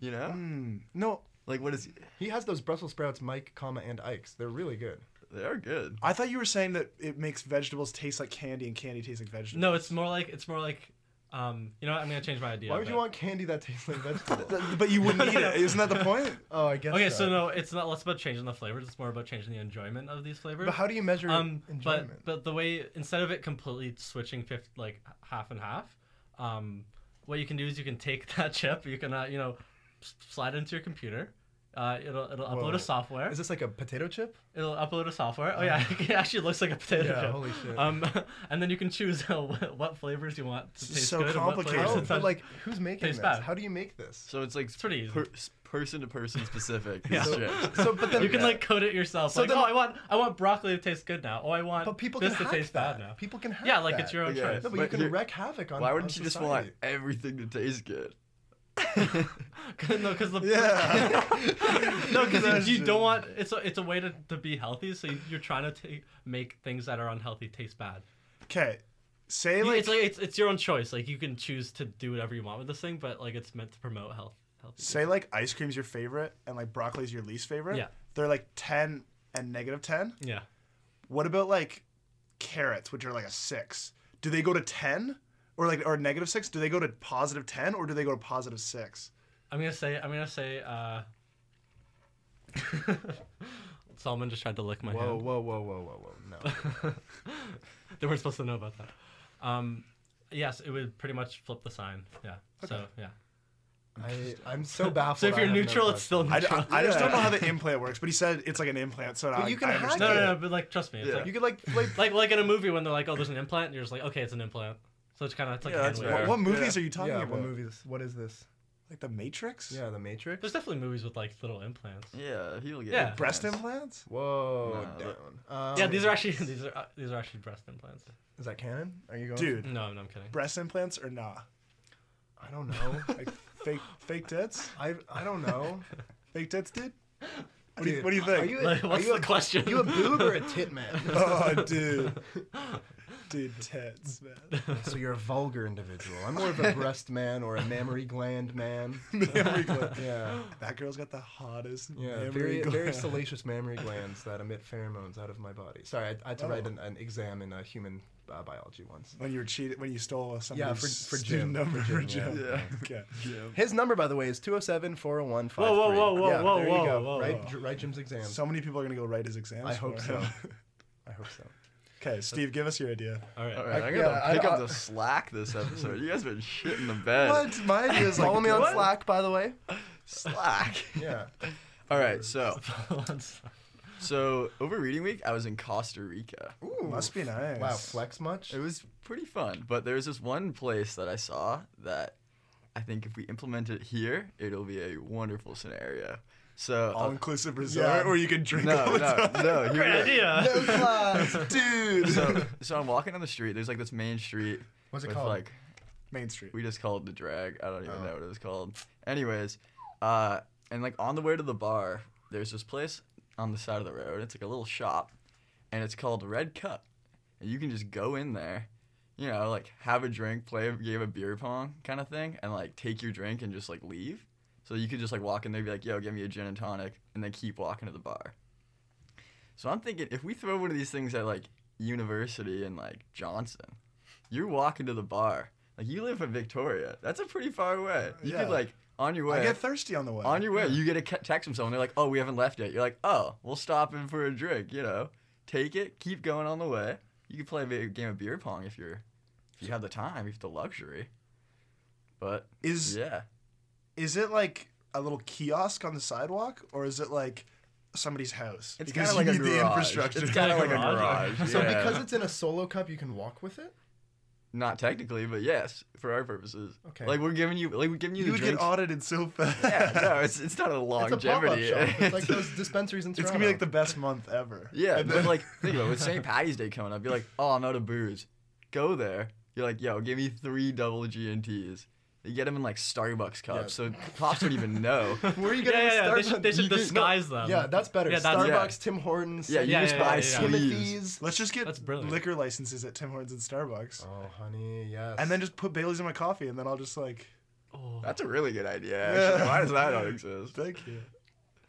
Speaker 3: You know,
Speaker 4: Hmm.
Speaker 2: Mm. No,
Speaker 3: like what is?
Speaker 1: He has those Brussels sprouts, Mike, comma, and Ike's. They're really good.
Speaker 3: They are good.
Speaker 2: I thought you were saying that it makes vegetables taste like candy and candy tastes like vegetables.
Speaker 4: no, it's more like it's more like um you know what, I'm gonna change my idea.
Speaker 1: Why would
Speaker 4: but-
Speaker 1: you want candy that tastes like vegetables?
Speaker 2: Th- but you wouldn't eat
Speaker 1: <laughs>
Speaker 2: it. Isn't that the point?
Speaker 1: oh, I guess.
Speaker 4: Okay, so no, it's not less about changing the flavors, it's more about changing the enjoyment of these flavors.
Speaker 1: But how do you measure
Speaker 4: um
Speaker 1: enjoyment?
Speaker 4: but but the way instead of it completely switching fifth like h- half and half, um what you can do is you can take <laughs> that chip, you can uh, you know s- slide it into your computer. Uh, it'll it'll upload
Speaker 1: Whoa.
Speaker 4: a software.
Speaker 1: is this like a potato chip?
Speaker 4: It'll upload a software. Oh yeah, <laughs> it actually looks like a potato
Speaker 1: Yeah,
Speaker 4: chip.
Speaker 1: holy shit.
Speaker 4: Um, <laughs> and then you can choose uh, what, what flavors you want to
Speaker 2: This is
Speaker 4: taste
Speaker 2: so
Speaker 4: good. and what flavors
Speaker 2: complicated.
Speaker 1: Oh,
Speaker 4: to
Speaker 1: but
Speaker 4: taste-
Speaker 1: like, who's making this?
Speaker 4: Tastes bad.
Speaker 1: How do you make this?
Speaker 3: So it's like
Speaker 4: pretty easy.
Speaker 3: per- s- person to
Speaker 1: <laughs>
Speaker 3: person specific.
Speaker 4: Yeah.
Speaker 3: These
Speaker 1: So,
Speaker 3: chips.
Speaker 1: so- but then
Speaker 4: you can
Speaker 3: Yeah.
Speaker 4: like code it yourself.
Speaker 1: So
Speaker 4: like,
Speaker 1: then-
Speaker 4: oh, I want I want broccoli to taste good now. Oh, I want
Speaker 1: But people
Speaker 4: this
Speaker 1: can
Speaker 4: to
Speaker 1: hack
Speaker 4: taste
Speaker 1: that.
Speaker 4: bad now.
Speaker 1: People can hack
Speaker 4: Yeah, like
Speaker 1: that.
Speaker 4: it's your own
Speaker 3: Yeah.
Speaker 4: choice.
Speaker 1: No, but, you
Speaker 3: But
Speaker 1: can
Speaker 3: you're-
Speaker 1: wreak havoc on.
Speaker 3: Why
Speaker 1: on
Speaker 3: wouldn't you just want
Speaker 1: society.
Speaker 3: everything to taste good?
Speaker 4: <laughs> no, because the
Speaker 2: Yeah.
Speaker 4: no, because you,
Speaker 2: Question.
Speaker 4: don't want it's a it's a way to, to be healthy. So you, you're trying to ta make things that are unhealthy taste bad.
Speaker 2: <laughs> Okay. Say
Speaker 4: You-
Speaker 2: like,
Speaker 4: it's like it's, it's your own choice. Like you can choose to do whatever you want with this thing, but like it's meant to promote health. Healthy.
Speaker 2: say like ice cream's your favorite and like broccoli's your least favorite.
Speaker 4: Yeah.
Speaker 2: They're like ten and negative ten.
Speaker 4: Yeah.
Speaker 2: What about like carrots, which are like a six? Do they go to ten? Or like or negative six? Do they go to positive ten or do they go to positive six?
Speaker 4: I'm gonna say I'm gonna say uh <laughs> Solomon just tried to lick my
Speaker 1: Whoa,
Speaker 4: hand.
Speaker 1: whoa, whoa, whoa, whoa, whoa! No.
Speaker 4: They weren't supposed to know about that. Um yes, it would pretty much flip the sign. Yeah. So yeah.
Speaker 1: I, <laughs> I'm so baffled.
Speaker 4: So if
Speaker 1: I
Speaker 4: you're
Speaker 1: have no
Speaker 4: neutral, it's
Speaker 1: thoughts.
Speaker 4: still
Speaker 2: I,
Speaker 4: neutral.
Speaker 2: I, I just don't know how the implant works, but he said it's like an implant, so I,
Speaker 1: you can
Speaker 2: I
Speaker 1: hack
Speaker 2: understand.
Speaker 4: no, no, no, but like trust me. It's
Speaker 3: Yeah.
Speaker 4: like,
Speaker 1: You could like <laughs> play.
Speaker 4: like like in a movie when they're like, Oh, there's an implant and you're just like, Okay, it's an implant. So it's kinda it's like
Speaker 3: Yeah,
Speaker 4: a hand
Speaker 3: that's
Speaker 4: wave.
Speaker 3: fair.
Speaker 2: What, what movies are you talking
Speaker 1: yeah,
Speaker 2: about?
Speaker 1: what movies? What is this?
Speaker 2: Like The Matrix?
Speaker 1: Yeah, The Matrix.
Speaker 4: There's definitely movies with like little implants.
Speaker 3: Yeah, he'll get
Speaker 4: Yeah.
Speaker 2: Breast implants?
Speaker 3: implants.
Speaker 1: Whoa,
Speaker 3: Nah,
Speaker 1: down. Um,
Speaker 4: yeah, these are actually <laughs> these are uh, these are actually breast implants.
Speaker 1: Is that canon? Are you going?
Speaker 2: Dude,
Speaker 4: No, no, I'm kidding.
Speaker 2: breast implants or nah?
Speaker 1: I don't know.
Speaker 2: Like fake fake tits?
Speaker 1: I I don't know.
Speaker 2: Fake tits, dude? What do you,
Speaker 1: Dude,
Speaker 2: what do you think?
Speaker 1: Are you,
Speaker 4: Like,
Speaker 1: are
Speaker 4: what's
Speaker 1: you
Speaker 4: the
Speaker 1: a,
Speaker 4: question?
Speaker 1: You a boob or a tit man?
Speaker 2: <laughs> oh, dude. Dude, tits, man. <laughs>
Speaker 1: so you're a vulgar individual. I'm more of a breast man or a mammary gland man. <laughs>
Speaker 2: Mammary gland.
Speaker 1: Yeah,
Speaker 2: That girl's got the hottest
Speaker 1: yeah.
Speaker 2: mammary
Speaker 1: very very
Speaker 2: gland.
Speaker 1: salacious mammary glands that emit pheromones out of my body. Sorry, I, I had to write
Speaker 2: Oh.
Speaker 1: an, an exam in uh, human uh, biology once.
Speaker 2: When you were cheated, when you stole somebody's
Speaker 1: for- for
Speaker 2: student
Speaker 1: gym,
Speaker 2: number
Speaker 1: for
Speaker 2: for
Speaker 1: gym,
Speaker 2: gym.
Speaker 3: yeah. <laughs>
Speaker 2: Okay.
Speaker 1: His number, by the way, is 207 401
Speaker 4: Whoa, whoa, whoa, whoa, whoa,
Speaker 1: there
Speaker 4: whoa,
Speaker 1: you go.
Speaker 4: whoa.
Speaker 1: Right, j- right, Jim's exam.
Speaker 2: So many people are gonna go write his exams.
Speaker 1: I hope
Speaker 2: for
Speaker 1: so.
Speaker 2: him. <laughs>
Speaker 1: I hope so. <laughs>
Speaker 2: okay, Steve, give us your idea.
Speaker 4: <laughs> All right.
Speaker 3: All right,
Speaker 1: I-
Speaker 3: I,
Speaker 1: yeah,
Speaker 3: gotta
Speaker 1: I-
Speaker 3: pick
Speaker 1: I-
Speaker 3: up the slack this episode. You guys been shitting the
Speaker 1: <laughs>
Speaker 3: bed.
Speaker 2: What? My idea is like
Speaker 1: Follow me on
Speaker 2: what?
Speaker 1: Slack, by the way.
Speaker 3: Slack.
Speaker 1: <laughs> Yeah.
Speaker 3: All
Speaker 1: <laughs>
Speaker 3: right, so
Speaker 4: Let's-
Speaker 3: so over reading week, I was in Costa Rica.
Speaker 1: Ooh,
Speaker 2: Must be nice.
Speaker 1: Wow, flex much? <laughs>
Speaker 3: It was pretty fun, but there was this one place that I saw that I think if we implement it here, it'll be a wonderful scenario. So
Speaker 2: all
Speaker 3: uh,
Speaker 2: inclusive resort where you can drink all
Speaker 3: <laughs> no,
Speaker 2: the
Speaker 3: no,
Speaker 2: time.
Speaker 3: no, here
Speaker 4: Great
Speaker 3: it is.
Speaker 4: idea.
Speaker 1: <laughs>
Speaker 2: class, dude.
Speaker 3: So so I'm walking down the street. There's like this main street
Speaker 1: What's it
Speaker 3: with
Speaker 1: called?
Speaker 3: like
Speaker 2: Main Street.
Speaker 3: We just called it the drag. I don't even
Speaker 1: Oh.
Speaker 3: know what it was called. Anyways, uh, and like on the way to the bar, there's this place on the side of the road. It's like a little shop, and it's called Red Cup. And you can just go in there, you know, like have a drink, play a game of beer pong kind of thing, and like take your drink and just like leave. So you could just like walk in there, and be like, "Yo, give me a gin and tonic," and then keep walking to the bar. So I'm thinking, if we throw one of these things at like university and like Johnson, you're walking to the bar. Like you live in Victoria. That's a pretty far away. You
Speaker 2: Yeah.
Speaker 3: could like on your way.
Speaker 2: I get thirsty on the way.
Speaker 3: on your way, you get a ca- text from someone. They're like, "Oh, we haven't left yet." You're like, "Oh, we'll stop in for a drink." You know, take it, keep going on the way. You can play a big game of beer pong if you're, if you have the time, if you have the luxury. But
Speaker 2: is
Speaker 3: yeah,
Speaker 2: is it like a little kiosk on the sidewalk, or is it like somebody's house?
Speaker 3: it's kind
Speaker 2: Because
Speaker 3: of like
Speaker 2: you
Speaker 3: a
Speaker 2: need the
Speaker 3: garage.
Speaker 2: infrastructure. <laughs>
Speaker 3: It's kind of
Speaker 4: Like
Speaker 3: like
Speaker 4: a
Speaker 3: a
Speaker 4: garage.
Speaker 3: garage.
Speaker 1: So
Speaker 3: yeah.
Speaker 1: because it's in a solo cup, you can walk with it?
Speaker 3: Not technically, but yes, for our purposes.
Speaker 1: Okay.
Speaker 3: Like we're giving you, like we're giving you.
Speaker 2: You,
Speaker 3: the
Speaker 2: would
Speaker 3: drinks.
Speaker 2: get audited so fast.
Speaker 3: Yeah, no, it's, it's
Speaker 2: <laughs>
Speaker 3: not a
Speaker 1: It's a pop up
Speaker 3: longevity.
Speaker 1: shop. It's
Speaker 3: <laughs>
Speaker 1: like those dispensaries in
Speaker 2: It's
Speaker 1: Toronto.
Speaker 2: gonna be like the best month ever.
Speaker 3: yeah,
Speaker 2: And
Speaker 3: but
Speaker 2: then- <laughs>
Speaker 3: like think about it, with St. Patty's Day coming up, you're like, oh, I'm out of booze. Go there. You're like, yo, give me three double G and Ts. You get them in like Starbucks cups, so cops don't even
Speaker 2: <laughs>
Speaker 3: know.
Speaker 1: Where are you
Speaker 4: Yeah,
Speaker 1: gonna
Speaker 4: yeah, yeah. They
Speaker 1: start?
Speaker 4: should, they should
Speaker 3: You could-
Speaker 4: disguise them.
Speaker 1: yeah, that's better.
Speaker 4: Yeah, that's-
Speaker 1: Starbucks,
Speaker 3: yeah.
Speaker 1: Tim Hortons,
Speaker 3: Yeah, you
Speaker 4: Yeah,
Speaker 3: just
Speaker 4: yeah,
Speaker 3: buy
Speaker 4: yeah, yeah.
Speaker 3: sleeves.
Speaker 1: Timothy's.
Speaker 2: let's just get
Speaker 4: That's brilliant.
Speaker 2: liquor licenses at Tim Hortons and Starbucks,
Speaker 1: Oh, honey, yes.
Speaker 2: and then just put Bailey's in my coffee, and then I'll just like,
Speaker 4: Oh.
Speaker 3: That's a really good idea. Actually. Why does that not exist?
Speaker 2: thank you.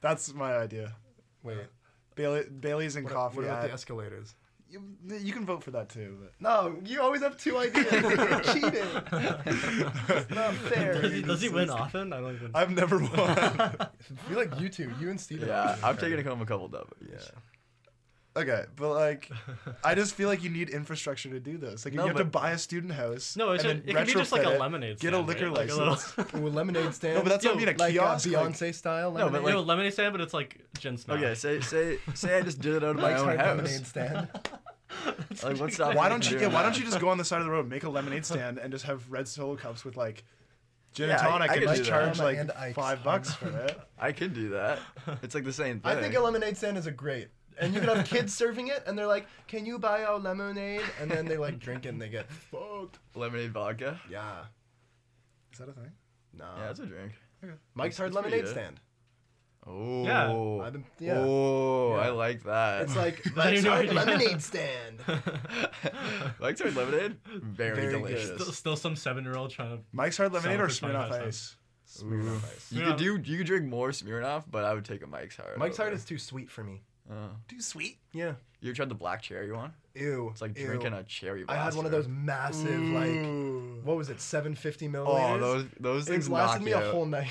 Speaker 2: That's my idea.
Speaker 1: wait.
Speaker 2: Bailey, Bailey's and
Speaker 1: What,
Speaker 2: coffee.
Speaker 1: what about
Speaker 2: I-
Speaker 1: the escalators?
Speaker 2: you, you can vote for that too. But
Speaker 1: No, you always have two
Speaker 3: <laughs>
Speaker 1: ideas. You're cheating.
Speaker 2: <laughs>
Speaker 1: It's <laughs> not fair.
Speaker 4: <laughs> Does he,
Speaker 1: You
Speaker 4: does he
Speaker 1: just-
Speaker 4: win often? I don't even.
Speaker 2: I've never
Speaker 4: <laughs>
Speaker 2: won.
Speaker 1: I feel like you two, you and Steven.
Speaker 3: Yeah, I've taken it home a couple doubles.
Speaker 1: Yeah.
Speaker 2: okay, but
Speaker 4: <laughs>
Speaker 2: like, I just feel like you need infrastructure to do this. Like,
Speaker 3: No,
Speaker 2: you have to
Speaker 3: but-
Speaker 2: buy a student house.
Speaker 4: No,
Speaker 2: and
Speaker 4: it, should, it
Speaker 2: then
Speaker 4: could be just like a
Speaker 2: retrofit it.
Speaker 4: lemonade.
Speaker 2: Get a
Speaker 4: stand,
Speaker 2: liquor
Speaker 4: right? Like a little-
Speaker 2: license.
Speaker 4: <laughs>
Speaker 1: Ooh, lemonade stand.
Speaker 2: No, but that's
Speaker 4: Yo,
Speaker 2: not being a
Speaker 1: like uh,
Speaker 2: kiosk. like-
Speaker 1: Beyonce style.
Speaker 3: No, but
Speaker 1: Lemonade.
Speaker 4: You know, lemonade stand, but it's like gin smash.
Speaker 3: Okay, say say say I just did it out of my
Speaker 1: Mike's
Speaker 3: own
Speaker 1: Hard
Speaker 3: house.
Speaker 1: lemonade
Speaker 3: <laughs>
Speaker 1: stand.
Speaker 3: Like,
Speaker 1: <laughs>
Speaker 3: what's stopping
Speaker 2: Why
Speaker 3: me
Speaker 2: don't
Speaker 3: from
Speaker 2: you? Yeah,
Speaker 3: doing
Speaker 2: why
Speaker 3: that?
Speaker 2: don't you just go on the side of the road, make a lemonade stand, and just have red solo cups with like gin
Speaker 3: Yeah,
Speaker 2: and
Speaker 3: I-
Speaker 2: tonic,
Speaker 3: I
Speaker 2: and
Speaker 3: could
Speaker 2: just
Speaker 3: do
Speaker 2: charge
Speaker 1: that. And
Speaker 2: like
Speaker 1: Ike's
Speaker 2: five
Speaker 1: Hard
Speaker 2: bucks for it?
Speaker 3: I could
Speaker 1: <laughs>
Speaker 3: do that. It's like the same thing.
Speaker 1: I think a lemonade stand is a great. And you can have kids serving it, and they're like, "Can you buy our lemonade?" And then they like drink it, and they get fucked.
Speaker 3: lemonade vodka.
Speaker 1: Yeah,
Speaker 2: Is that a thing?
Speaker 1: no.
Speaker 3: yeah, that's a drink.
Speaker 1: Mike's Hard
Speaker 3: That's pretty
Speaker 1: Lemonade
Speaker 3: good.
Speaker 1: Stand.
Speaker 3: Oh.
Speaker 1: I've been- yeah.
Speaker 3: Oh, I
Speaker 1: Yeah.
Speaker 3: like that.
Speaker 1: It's
Speaker 3: <laughs>
Speaker 1: like
Speaker 4: I
Speaker 1: Mike's
Speaker 4: have no
Speaker 1: Hard
Speaker 4: idea.
Speaker 1: Lemonade Stand.
Speaker 3: like turned lemonade. Very,
Speaker 1: Very good.
Speaker 3: delicious.
Speaker 4: Still, still some seven-year-old trying to.
Speaker 2: Mike's Hard
Speaker 4: Sounds
Speaker 2: Lemonade or
Speaker 4: like something
Speaker 2: Smirnoff
Speaker 4: I've done.
Speaker 2: Ice?
Speaker 1: Smirnoff Ice.
Speaker 3: You
Speaker 4: Yeah.
Speaker 3: could do. You could drink more Smirnoff, but I would take a Mike's Hard.
Speaker 1: Mike's Hard
Speaker 3: over.
Speaker 1: is too sweet for me.
Speaker 3: Oh.
Speaker 2: Too sweet.
Speaker 1: Yeah.
Speaker 3: you ever tried the black cherry one?
Speaker 1: Ew.
Speaker 3: It's like
Speaker 1: ew.
Speaker 3: drinking a cherry.
Speaker 1: I had one of those
Speaker 3: blaster. Mm.
Speaker 1: massive like
Speaker 2: Ooh.
Speaker 1: what was it, 750 milliliters?
Speaker 3: Oh, those those things
Speaker 1: it lasted
Speaker 3: knock
Speaker 1: me
Speaker 3: you
Speaker 1: a
Speaker 3: out.
Speaker 1: whole night.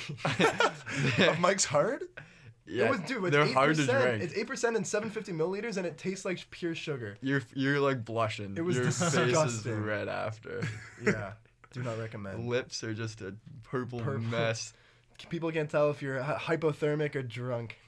Speaker 2: Of Mike's Hard?
Speaker 3: <laughs> yeah,
Speaker 1: It was, dude, it's
Speaker 3: they're
Speaker 1: 8%,
Speaker 3: hard to drink.
Speaker 1: It's eight percent and 750 milliliters, and it tastes like pure sugar.
Speaker 3: You're you're like blushing.
Speaker 1: It was
Speaker 3: Your face is
Speaker 1: disgusting. <laughs>
Speaker 3: red after.
Speaker 1: Yeah, do not recommend.
Speaker 3: Lips are just a purple,
Speaker 1: Purple.
Speaker 3: mess.
Speaker 1: People can't tell if you're hy- hypothermic or drunk.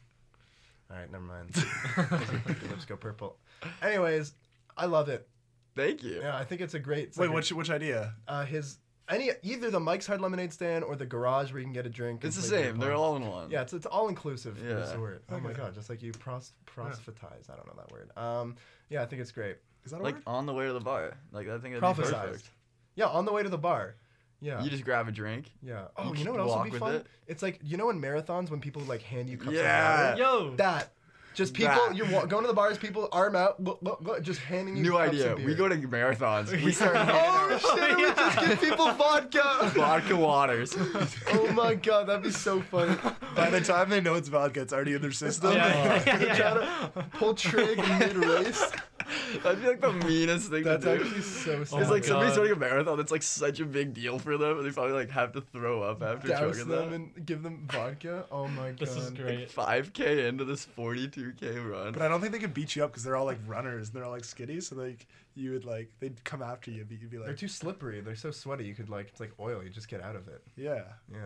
Speaker 1: All right, never mind.
Speaker 3: <laughs>
Speaker 1: Your lips go purple. Anyways, I love it.
Speaker 3: Thank you.
Speaker 1: Yeah, I think it's a great. it's
Speaker 2: Wait,
Speaker 1: like a-
Speaker 2: which which idea?
Speaker 1: uh, his any either the Mike's Hard Lemonade Stand or the garage where you can get a drink. and
Speaker 3: It's the
Speaker 1: play beer
Speaker 3: same. They're
Speaker 1: pong.
Speaker 3: all in one.
Speaker 1: Yeah, it's, it's all inclusive
Speaker 3: Um, Yeah.
Speaker 1: resort. Oh my
Speaker 2: Okay.
Speaker 1: god, just like you pros proselytize. I don't know that word. Um, yeah, I think it's great.
Speaker 2: Is that a
Speaker 3: Like
Speaker 2: word?
Speaker 3: on the way to the bar. Like I think that'd
Speaker 1: Prophesized.
Speaker 3: be perfect.
Speaker 1: Yeah, on the way to the bar. Yeah.
Speaker 3: You just grab a drink.
Speaker 1: yeah.
Speaker 3: you
Speaker 1: Oh, you,
Speaker 3: just
Speaker 1: know what else
Speaker 3: walk
Speaker 1: would be
Speaker 3: with
Speaker 1: fun?
Speaker 3: it.
Speaker 1: It's like you know in marathons when people like hand you cups
Speaker 3: Yeah.
Speaker 1: of water.
Speaker 4: Yo.
Speaker 1: That. Just people
Speaker 3: That.
Speaker 1: you're wa- going to the bars, people arm out, blah, blah, blah, just handing you
Speaker 3: New
Speaker 1: cups
Speaker 3: idea.
Speaker 1: Of Mm, beer.
Speaker 3: We go to marathons. We
Speaker 4: Yeah.
Speaker 3: start
Speaker 1: <laughs>
Speaker 3: handing
Speaker 1: Oh
Speaker 3: <laughs> out
Speaker 1: shit,
Speaker 4: Oh,
Speaker 1: we
Speaker 4: yeah.
Speaker 1: just
Speaker 3: <laughs>
Speaker 1: give people vodka.
Speaker 3: vodka waters.
Speaker 1: <laughs> oh my god, that'd be so funny.
Speaker 2: By the time they know it's vodka, it's already in their system. <laughs>
Speaker 4: Yeah, yeah, yeah,
Speaker 1: Try
Speaker 4: yeah.
Speaker 1: to pull trig mid
Speaker 3: <laughs>
Speaker 1: race.
Speaker 3: <laughs> That'd be like the meanest thing
Speaker 1: That's
Speaker 3: to do.
Speaker 1: actually so
Speaker 4: Oh
Speaker 1: sad.
Speaker 3: it's
Speaker 4: my
Speaker 3: like somebody's
Speaker 4: God.
Speaker 3: starting a marathon that's like such a big deal for them, and they probably like have to throw up after
Speaker 1: douse
Speaker 3: choking
Speaker 1: them
Speaker 3: that.
Speaker 1: and give them vodka. Oh my god.
Speaker 4: <laughs> <laughs> This is great.
Speaker 3: Five k into this forty two k run.
Speaker 2: But I don't think they could beat you up because they're all like runners and they're all like skitty. So like you would like they'd come after you, but you'd be
Speaker 1: They're
Speaker 2: like,
Speaker 1: too slippery. They're so sweaty. You could like it's like oil. You just get out of it.
Speaker 2: yeah.
Speaker 1: Yeah.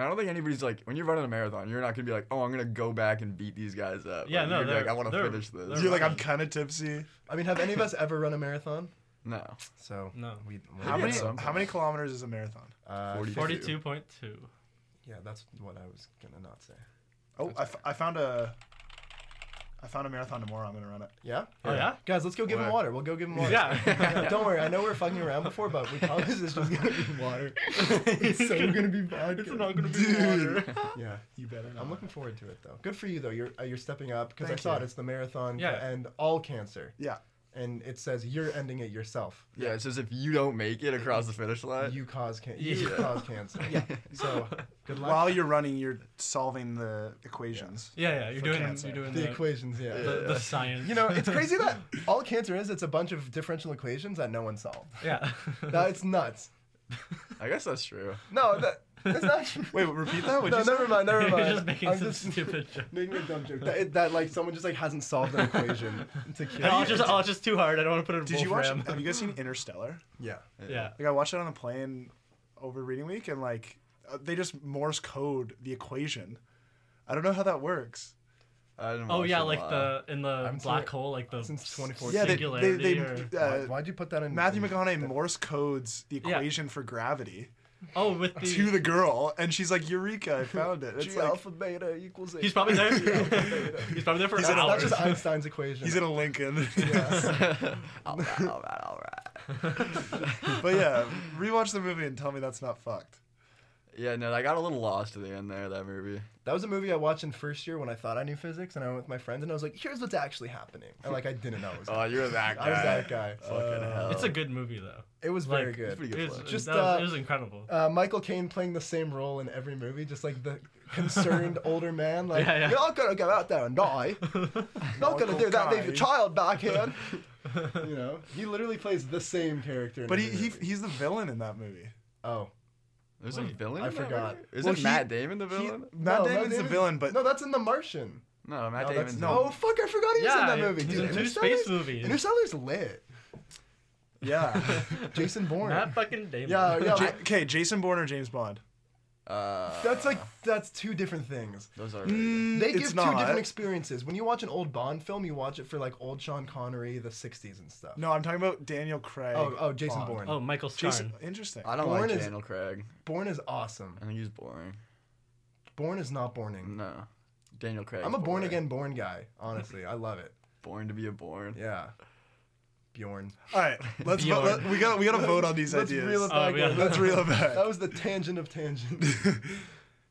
Speaker 3: I don't think anybody's like when you're running a marathon, you're not gonna be like, oh, I'm gonna go back and beat these guys up.
Speaker 4: Yeah,
Speaker 3: Like,
Speaker 4: no,
Speaker 3: you're gonna be like
Speaker 4: they're-
Speaker 3: I want to
Speaker 4: they're-
Speaker 3: finish this.
Speaker 4: they're-
Speaker 2: You're like I'm kind of tipsy.
Speaker 1: I mean, have any of us ever run a marathon?
Speaker 3: No,
Speaker 1: So
Speaker 4: No.
Speaker 1: We, we
Speaker 2: How
Speaker 3: Yeah,
Speaker 2: many
Speaker 3: something.
Speaker 2: how many kilometers is a marathon?
Speaker 1: Uh,
Speaker 3: 42.
Speaker 1: fif-
Speaker 4: Forty-two point two.
Speaker 1: Yeah, that's what I was gonna not say.
Speaker 2: Oh, I, f- I found a I found a marathon tomorrow. I'm gonna run it.
Speaker 1: Yeah. Uh,
Speaker 4: Oh yeah.
Speaker 1: Guys, let's go give him
Speaker 3: Where?
Speaker 1: water. We'll go give him water.
Speaker 4: Yeah.
Speaker 1: Yeah, <laughs> Don't worry. I know we are fucking around before, but we promise it's just gonna be
Speaker 4: <laughs>
Speaker 1: water. It's so gonna be vodka.
Speaker 4: It's not gonna be
Speaker 2: Dude.
Speaker 4: water.
Speaker 1: Yeah.
Speaker 2: You better not.
Speaker 1: I'm looking forward to it though. Good for you though. You're uh, you're stepping up because I
Speaker 2: Thank
Speaker 1: saw
Speaker 2: you.
Speaker 1: it. It's the marathon
Speaker 4: Yeah.
Speaker 1: to end all cancer,
Speaker 2: Yeah.
Speaker 1: and it says you're ending it yourself.
Speaker 3: <laughs> yeah, it's just if you don't make it across the finish line,
Speaker 1: you cause can-
Speaker 4: Yeah.
Speaker 1: you cause cancer.
Speaker 2: Yeah.
Speaker 1: So good luck.
Speaker 2: While you're running, you're solving the equations.
Speaker 4: Yeah, yeah. You're
Speaker 2: For
Speaker 4: doing.
Speaker 2: cancer.
Speaker 4: You're doing
Speaker 1: the
Speaker 4: the,
Speaker 1: equations, yeah.
Speaker 4: the,
Speaker 3: Yeah.
Speaker 4: the science.
Speaker 1: You know, it's crazy that all cancer is it's a bunch of differential equations that no one solved.
Speaker 4: <laughs> yeah.
Speaker 1: That it's nuts.
Speaker 3: <laughs> I guess that's true.
Speaker 1: No, that that's not. true.
Speaker 2: <laughs> Wait, repeat that. What'd
Speaker 1: no,
Speaker 2: you say?
Speaker 1: never mind, never
Speaker 4: You're
Speaker 1: mind.
Speaker 4: just making
Speaker 1: I'm
Speaker 4: some
Speaker 1: just
Speaker 4: stupid
Speaker 1: <laughs>
Speaker 4: joke.
Speaker 1: making a dumb joke. That, it- that like someone just like hasn't solved an equation to cure.
Speaker 4: No, it's
Speaker 1: cancer.
Speaker 4: just, oh, it's just too hard. I don't want to put it in
Speaker 2: Did you watch?
Speaker 4: Wolfram. <laughs>
Speaker 2: Have you guys seen Interstellar?
Speaker 1: yeah.
Speaker 4: Yeah.
Speaker 2: Like I watched it on the plane over reading week, and like uh, they just Morse code the equation. I don't know how that works.
Speaker 3: I didn't
Speaker 4: Oh
Speaker 3: watch it a
Speaker 4: yeah, like
Speaker 3: lot. <laughs>
Speaker 4: the in the
Speaker 1: I'm sorry,
Speaker 4: black hole, like the
Speaker 1: since
Speaker 4: s-
Speaker 1: 2014.
Speaker 2: Yeah, they, they,
Speaker 4: singularity.
Speaker 2: they,
Speaker 4: or, <laughs>
Speaker 1: Why,
Speaker 2: uh,
Speaker 1: why'd you put that in?
Speaker 2: Matthew
Speaker 1: in-
Speaker 2: McConaughey Morse codes the
Speaker 4: Yeah.
Speaker 2: equation for gravity
Speaker 4: oh, with the,
Speaker 2: to the girl, and she's like, "Eureka! I found it." It's
Speaker 1: G
Speaker 2: like
Speaker 1: alpha beta equals A.
Speaker 4: he's
Speaker 1: <laughs>
Speaker 4: probably there.
Speaker 1: G alpha beta.
Speaker 4: <laughs> he's probably there for
Speaker 2: He's in a-
Speaker 1: That's
Speaker 4: hours.
Speaker 1: just Einstein's equation.
Speaker 2: he's in a Lincoln.
Speaker 1: <laughs>
Speaker 3: all right, all right, all right.
Speaker 2: <laughs> but yeah, rewatch the movie and tell me that's not fucked.
Speaker 3: Yeah, no, I got a little lost at the end there. That movie.
Speaker 1: That was a movie I watched in first year when I thought I knew physics, and I went with my friends, and I was like, "Here's what's actually happening," and like I didn't know. It was
Speaker 3: <laughs> Oh, you're that guy.
Speaker 1: I was that guy. Uh,
Speaker 3: Fucking hell.
Speaker 4: <laughs> it's a good movie though.
Speaker 1: It was very
Speaker 4: Like,
Speaker 1: good.
Speaker 3: It's pretty
Speaker 4: It
Speaker 3: good.
Speaker 4: was,
Speaker 3: flick.
Speaker 1: Just,
Speaker 4: that was-
Speaker 1: uh,
Speaker 4: it was incredible.
Speaker 1: uh, Michael Caine playing the same role in every movie, just like
Speaker 4: <laughs>
Speaker 1: the concerned older man, like
Speaker 4: Yeah, yeah.
Speaker 1: you're not gonna go out there and
Speaker 4: <laughs>
Speaker 1: die, not gonna
Speaker 2: Michael
Speaker 1: do that, leave your
Speaker 2: Caine.
Speaker 1: child back here. <laughs> you know, he literally plays the same character. in
Speaker 2: But he,
Speaker 1: every
Speaker 2: he
Speaker 1: movie.
Speaker 2: he's the villain in that movie.
Speaker 1: oh,
Speaker 3: There's a
Speaker 4: Wait,
Speaker 3: villain.
Speaker 1: I
Speaker 3: in that
Speaker 1: forgot.
Speaker 3: movie? Isn't
Speaker 2: Well, he-
Speaker 3: Matt Damon the
Speaker 2: He-
Speaker 3: villain?
Speaker 2: Matt
Speaker 1: No,
Speaker 2: Damon's the villain, but
Speaker 1: no, that's in The Martian.
Speaker 3: No, Matt
Speaker 1: No, that's-
Speaker 3: Damon's
Speaker 1: no. Oh fuck, I forgot he was
Speaker 4: Yeah,
Speaker 1: in that movie.
Speaker 4: he's
Speaker 1: dude.
Speaker 4: in two
Speaker 1: Interstellar's-
Speaker 4: space movies.
Speaker 1: Interstellar's lit. <laughs>
Speaker 2: yeah.
Speaker 1: Jason Bourne.
Speaker 4: <laughs> Matt fucking Damon.
Speaker 1: Yeah, yeah.
Speaker 2: J- okay, Jason Bourne or James Bond?
Speaker 3: Uh,
Speaker 1: That's Mm, like that's two different things.
Speaker 3: those are.
Speaker 1: They give
Speaker 2: it's
Speaker 1: two
Speaker 2: not.
Speaker 1: different experiences. When you watch an old Bond film, you watch it for like old Sean Connery, the '60s and stuff.
Speaker 2: no, I'm talking about Daniel Craig.
Speaker 1: Oh, oh, Jason
Speaker 2: Bond.
Speaker 1: Bourne.
Speaker 4: <laughs> Oh, Michael Starn.
Speaker 2: Jason, interesting.
Speaker 3: I don't
Speaker 1: Bourne
Speaker 3: like
Speaker 1: is-
Speaker 3: Daniel Craig.
Speaker 1: Bourne is awesome.
Speaker 3: I think he's boring.
Speaker 1: Bourne is not borning.
Speaker 3: No, Daniel Craig.
Speaker 1: I'm a born again born guy. Honestly, I love it.
Speaker 3: Born to be a born.
Speaker 1: Yeah. Bjorn. <laughs>
Speaker 2: All right, let's vote,
Speaker 4: Bjorn.
Speaker 2: let- we got we got to vote on these
Speaker 1: Let's
Speaker 2: ideas.
Speaker 1: reel it
Speaker 4: Oh,
Speaker 1: back.
Speaker 4: yeah.
Speaker 1: in.
Speaker 2: Let's reel it back.
Speaker 1: That was the tangent of
Speaker 2: <laughs>
Speaker 1: tangents.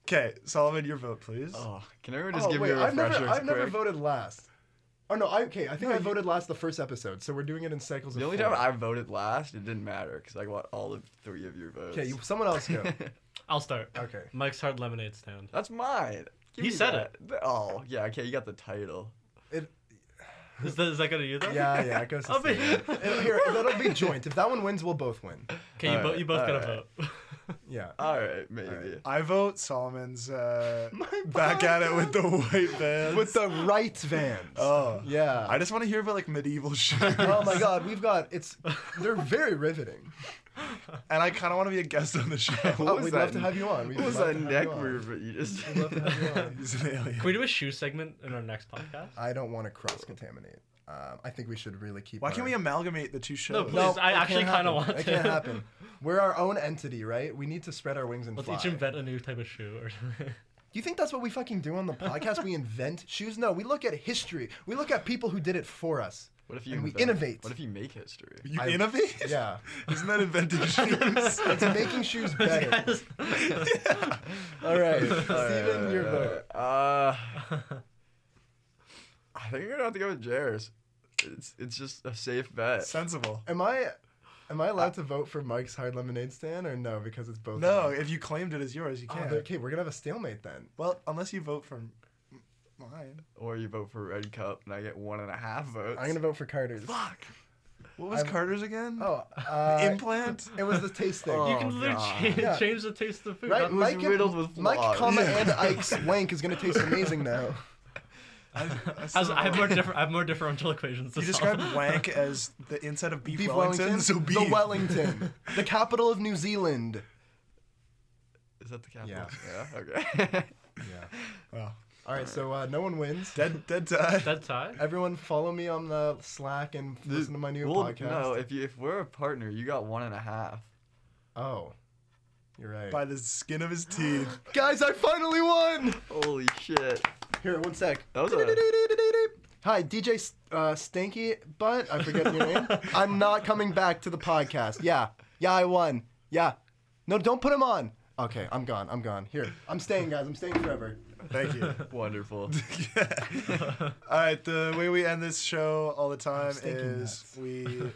Speaker 2: Okay, Solomon, your vote, please.
Speaker 3: Oh, can everyone just
Speaker 1: oh
Speaker 3: give
Speaker 1: wait,
Speaker 3: me a
Speaker 1: I've
Speaker 3: refresher?
Speaker 1: never, I've never
Speaker 3: quick?
Speaker 1: voted last. Oh no, I, okay. I think
Speaker 2: No,
Speaker 1: I
Speaker 2: you-
Speaker 1: voted last the first episode, so we're doing it in cycles.
Speaker 3: The
Speaker 1: of
Speaker 3: only
Speaker 1: four.
Speaker 3: time I voted last, it didn't matter because I got all of three of your votes.
Speaker 1: Okay, you, someone else
Speaker 2: <laughs>
Speaker 1: go.
Speaker 4: I'll start.
Speaker 1: Okay.
Speaker 4: Mike's Hard Lemonade Stand.
Speaker 3: That's mine.
Speaker 4: He said
Speaker 3: it. Oh, yeah. Okay, you got the title.
Speaker 1: It,
Speaker 4: Is that, is that gonna
Speaker 2: <laughs>
Speaker 4: do that?
Speaker 1: yeah, yeah, it goes. To
Speaker 4: I'll be-
Speaker 1: Steve. It'll- Here, that'll be joint. If that one wins, we'll both win.
Speaker 4: <laughs> Okay, you,
Speaker 3: All
Speaker 4: bo-
Speaker 3: right,
Speaker 4: you both
Speaker 3: all
Speaker 4: gotta
Speaker 3: right.
Speaker 4: vote. <laughs>
Speaker 1: Yeah.
Speaker 4: Uh,
Speaker 3: All right, maybe. <laughs>
Speaker 2: I vote Solomon's uh,
Speaker 1: <laughs> My
Speaker 2: back at it with the white vans.
Speaker 1: With the right vans.
Speaker 2: oh,
Speaker 1: yeah.
Speaker 2: I just want to hear about like medieval <laughs> shoes,
Speaker 1: oh my God, we've got
Speaker 4: <laughs>
Speaker 1: it's. They're very riveting.
Speaker 2: and I kind of want to be a guest on the show.
Speaker 1: Oh,
Speaker 3: was
Speaker 1: we'd
Speaker 3: that-
Speaker 1: love to have you on. We'd
Speaker 3: What was
Speaker 1: love
Speaker 3: that
Speaker 1: to have
Speaker 3: neck
Speaker 1: you on.
Speaker 3: move that you just?
Speaker 1: We'd love to have you on.
Speaker 2: He's an alien.
Speaker 4: Can we do a shoe segment in our next podcast?
Speaker 1: I don't want to cross contaminate. Um, I think we should really keep.
Speaker 2: Why
Speaker 1: our...
Speaker 2: can't we amalgamate the two
Speaker 4: No,
Speaker 2: shows?
Speaker 4: please. I
Speaker 1: it
Speaker 4: actually
Speaker 1: can't
Speaker 4: kinda
Speaker 1: happen.
Speaker 4: want
Speaker 1: It can't
Speaker 4: to.
Speaker 1: happen. We're our own entity, right? We need to spread our wings and
Speaker 4: Let's
Speaker 1: fly.
Speaker 4: each invent a new type of shoe or something.
Speaker 1: Do you think that's what we fucking do on the podcast? we invent shoes? No, we look at history. We look at people who did it for us.
Speaker 3: What if you
Speaker 1: And we
Speaker 3: invent-
Speaker 1: innovate.
Speaker 3: What if you make history?
Speaker 2: You
Speaker 1: I-
Speaker 2: innovate?
Speaker 1: Yeah.
Speaker 2: <laughs> Isn't that inventing <laughs> shoes?
Speaker 1: It's making <laughs>
Speaker 4: <laughs>
Speaker 1: shoes <laughs> better. All right. <laughs> Steven, your vote.
Speaker 3: Uh, I think you're gonna have to go with Jair's. It's it's just a safe bet.
Speaker 2: Sensible.
Speaker 1: Am I am I allowed to vote for Mike's hard lemonade stand or no? Because it's both.
Speaker 2: No,
Speaker 1: of them?
Speaker 2: if you claimed it as yours, you
Speaker 1: Oh,
Speaker 2: can't.
Speaker 1: they're- okay, we're gonna have a stalemate then.
Speaker 2: well, unless you vote for m- mine.
Speaker 3: Or you vote for Red Cup and I get one and a half votes.
Speaker 1: I'm gonna vote for Carter's.
Speaker 3: fuck.
Speaker 2: What was
Speaker 1: I'm-
Speaker 2: Carter's again?
Speaker 1: Oh, uh,
Speaker 2: Implant?
Speaker 1: it was the taste thing.
Speaker 3: Oh,
Speaker 4: you can literally
Speaker 3: God.
Speaker 4: change,
Speaker 1: Yeah.
Speaker 4: change the taste of food.
Speaker 1: Right,
Speaker 4: Oh. That-
Speaker 3: was
Speaker 1: Mike, and-
Speaker 3: riddled with
Speaker 1: Mike,
Speaker 3: flaws.
Speaker 1: comma,
Speaker 2: Yeah.
Speaker 1: and Ike's wank is gonna taste amazing now.
Speaker 2: I, I
Speaker 4: I,
Speaker 2: still
Speaker 4: was, I have
Speaker 2: don't-
Speaker 4: more different. I have more differential equations. To
Speaker 2: You
Speaker 4: solve.
Speaker 2: described wank as the inside of beef,
Speaker 1: Beef
Speaker 2: Wellington,
Speaker 1: Wellington,
Speaker 2: so beef.
Speaker 1: the Wellington, the capital of New Zealand.
Speaker 3: Is that the capital?
Speaker 1: Yeah.
Speaker 3: Yeah. Okay.
Speaker 1: Yeah.
Speaker 2: Wow.
Speaker 1: All right, so uh, no one wins.
Speaker 2: Dead, dead tie.
Speaker 4: <laughs> Dead tie.
Speaker 1: Everyone, follow me on the Slack and <laughs> listen to my new
Speaker 3: well,
Speaker 1: podcast.
Speaker 3: no, if you if we're a partner, you got one and a half.
Speaker 1: Oh, you're right.
Speaker 2: By the skin of his teeth.
Speaker 1: Guys, I finally won.
Speaker 3: Holy shit.
Speaker 1: Here, one sec.
Speaker 3: That was a-
Speaker 1: Hi, DJ uh, Stanky Butt. I forget your name. I'm not coming back to the podcast. Yeah. Yeah, I won. Yeah. No, don't put him on. Okay, I'm gone. I'm gone. Here. I'm staying, guys. I'm staying forever.
Speaker 2: Thank you.
Speaker 3: <laughs>
Speaker 1: <laughs>
Speaker 3: Wonderful.
Speaker 2: <laughs> all right, the way we end this show all the time
Speaker 1: stinking
Speaker 2: is
Speaker 1: nuts. <laughs>
Speaker 2: we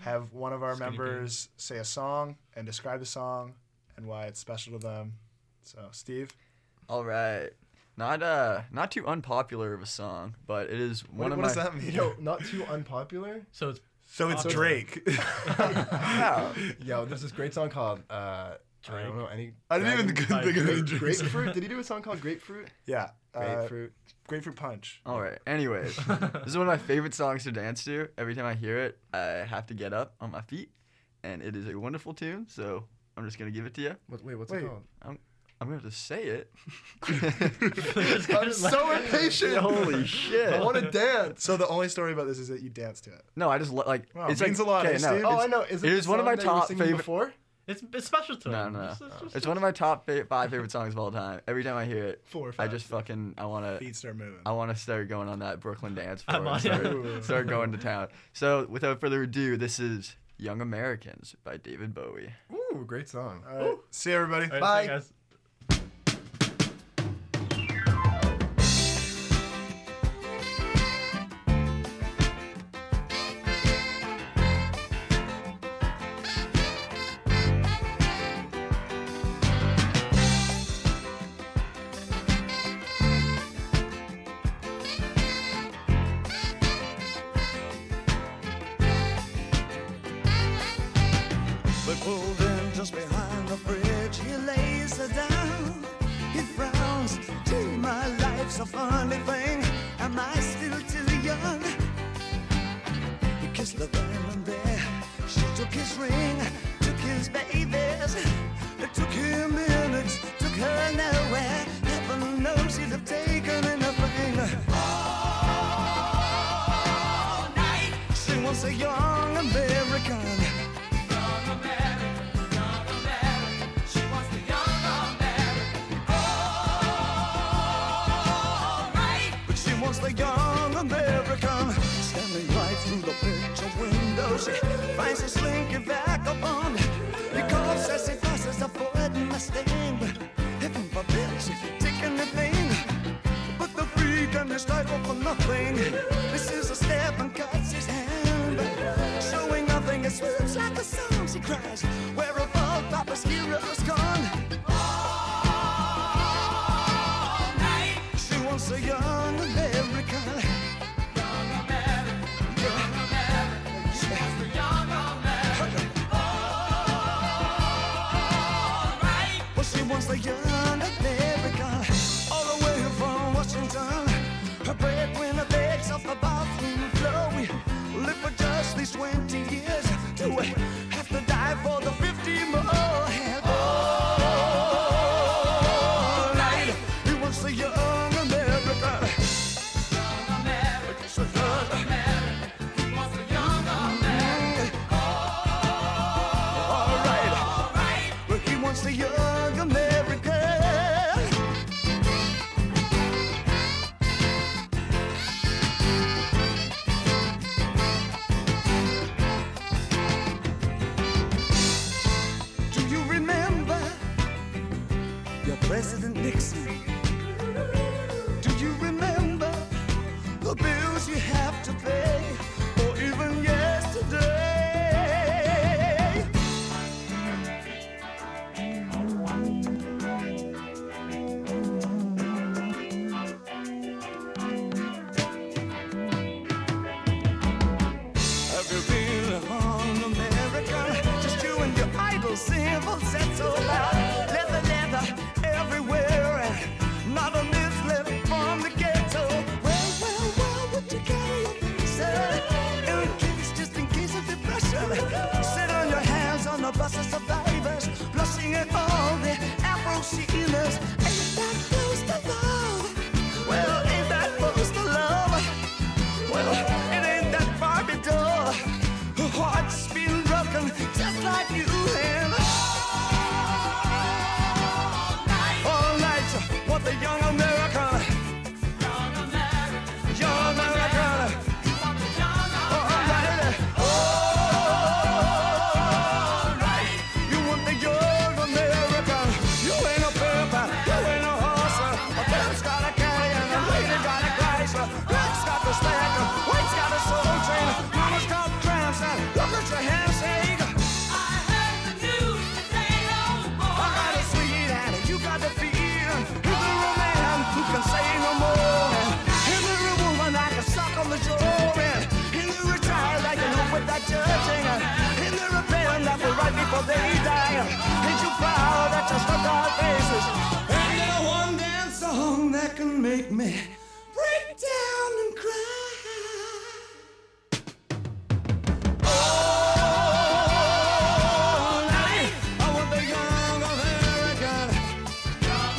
Speaker 2: have one of our
Speaker 4: Skinny
Speaker 2: members say a song and describe the song and why it's special to them. So, Steve,
Speaker 3: All right. Not uh not too unpopular of a song, but it is
Speaker 2: what,
Speaker 3: one
Speaker 2: what
Speaker 3: of
Speaker 2: does
Speaker 3: my <laughs>
Speaker 2: that mean?
Speaker 1: Yo, not too unpopular.
Speaker 4: So it's
Speaker 2: so it's
Speaker 1: <laughs>
Speaker 4: So-
Speaker 2: Drake.
Speaker 3: Wow.
Speaker 1: Yo, there's this great song called uh, I
Speaker 4: Drake.
Speaker 1: don't know any.
Speaker 2: I didn't even
Speaker 1: Dragon-
Speaker 2: think of any
Speaker 1: Grape-
Speaker 2: Drake's.
Speaker 1: Grapefruit? Did he do a song called Grapefruit?
Speaker 2: Yeah. Uh,
Speaker 1: Grapefruit.
Speaker 2: grapefruit Punch.
Speaker 3: All right. Anyways, this is one of my favorite songs to dance to. Every time I hear it, I have to get up on my feet, and it is a wonderful tune. So I'm just gonna give it to you.
Speaker 1: What, wait, what's
Speaker 2: wait.
Speaker 1: it called?
Speaker 5: I'm gonna have to say
Speaker 1: <laughs>
Speaker 3: <laughs>
Speaker 5: it.
Speaker 1: <laughs> I'm so impatient. <laughs>
Speaker 5: Holy shit!
Speaker 1: I want to dance.
Speaker 2: So the only story about this is that you danced to it.
Speaker 5: No, I just lo- like
Speaker 2: Wow,
Speaker 5: it's
Speaker 2: means
Speaker 5: like,
Speaker 2: a lot,
Speaker 5: okay,
Speaker 2: eh,
Speaker 5: no,
Speaker 2: Steve?
Speaker 1: Oh, I know. Is it,
Speaker 5: It
Speaker 1: the
Speaker 5: is one of
Speaker 1: song
Speaker 5: my
Speaker 1: that you were
Speaker 5: top
Speaker 1: singing
Speaker 5: favorite-
Speaker 1: Before?
Speaker 4: It's, it's special to
Speaker 5: no,
Speaker 4: him.
Speaker 5: no.
Speaker 4: It's, just-
Speaker 5: It's one of my top fa- five favorite songs of all time. Every time I hear it,
Speaker 1: Four or
Speaker 5: I
Speaker 1: five.
Speaker 5: just fucking I wanna
Speaker 2: Feet start moving.
Speaker 5: I want to start going on that Brooklyn dance floor.
Speaker 4: I'm
Speaker 5: and
Speaker 4: on
Speaker 2: it.
Speaker 5: start, start going to town. So, without further ado, this is Young Americans by David Bowie.
Speaker 1: Ooh, great song.
Speaker 2: All right. See you, everybody.
Speaker 4: All right,
Speaker 1: Bye.
Speaker 4: see you guys.
Speaker 3: But pulled in just behind the bridge, he lays her down. He frowns, gee, my life's a funny thing. Am I still too young? He kissed the diamond there. She took his ring, took his babies. It took him minutes, took her nowhere. Heaven knows he'd have taken anything. All night, she was a young American. But she wants the young American standing right through the picture window. She finds a slinky vagabond. He coughs as he passes a poet in the sting. Heaven forbid she's taking the thing. But the freak and his title for nothing. This is a step and cuts his hand. Showing nothing, it swims like a song. She cries, Where above Papa's hero's gone. She wants a young American. Well, she wants a young American. All the way from Washington. Her breadwinner begs off the bathroom floor. We live for just these 20 years. Do we have to die for the 50 more? And all night. He wants the young America. It's a young America. All right. But he wants the young America. Do you remember your President Nixon? Do you remember the bills you have to pay, or even yesterday? Have you been on America? Just you and your idle symbols that's so loud. Leather, leather everywhere, and not a myth left from the ghetto. Well, well, well, would you carry a visa? In case, just in case of depression. Sit on your hands on the bus of survivors, blushing at all the Afro sealers. Ain't that close to love? Well, ain't that close to love? Well, it ain't that far to go. Her heart's been broken just like you have. All night, what the young America. Young America. All night. All night. You want the young America. You ain't a purple. Oh, Oh,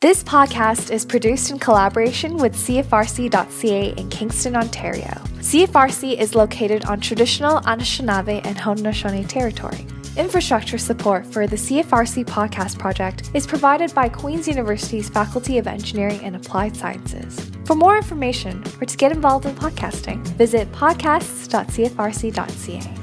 Speaker 6: This podcast is produced in collaboration with CFRC.ca in Kingston, Ontario. CFRC is located on traditional Anishinaabe and Haudenosaunee territory. Infrastructure support for the CFRC podcast project is provided by Queen's University's Faculty of Engineering and Applied Sciences. For more information or to get involved in podcasting, visit podcasts.cfrc.ca.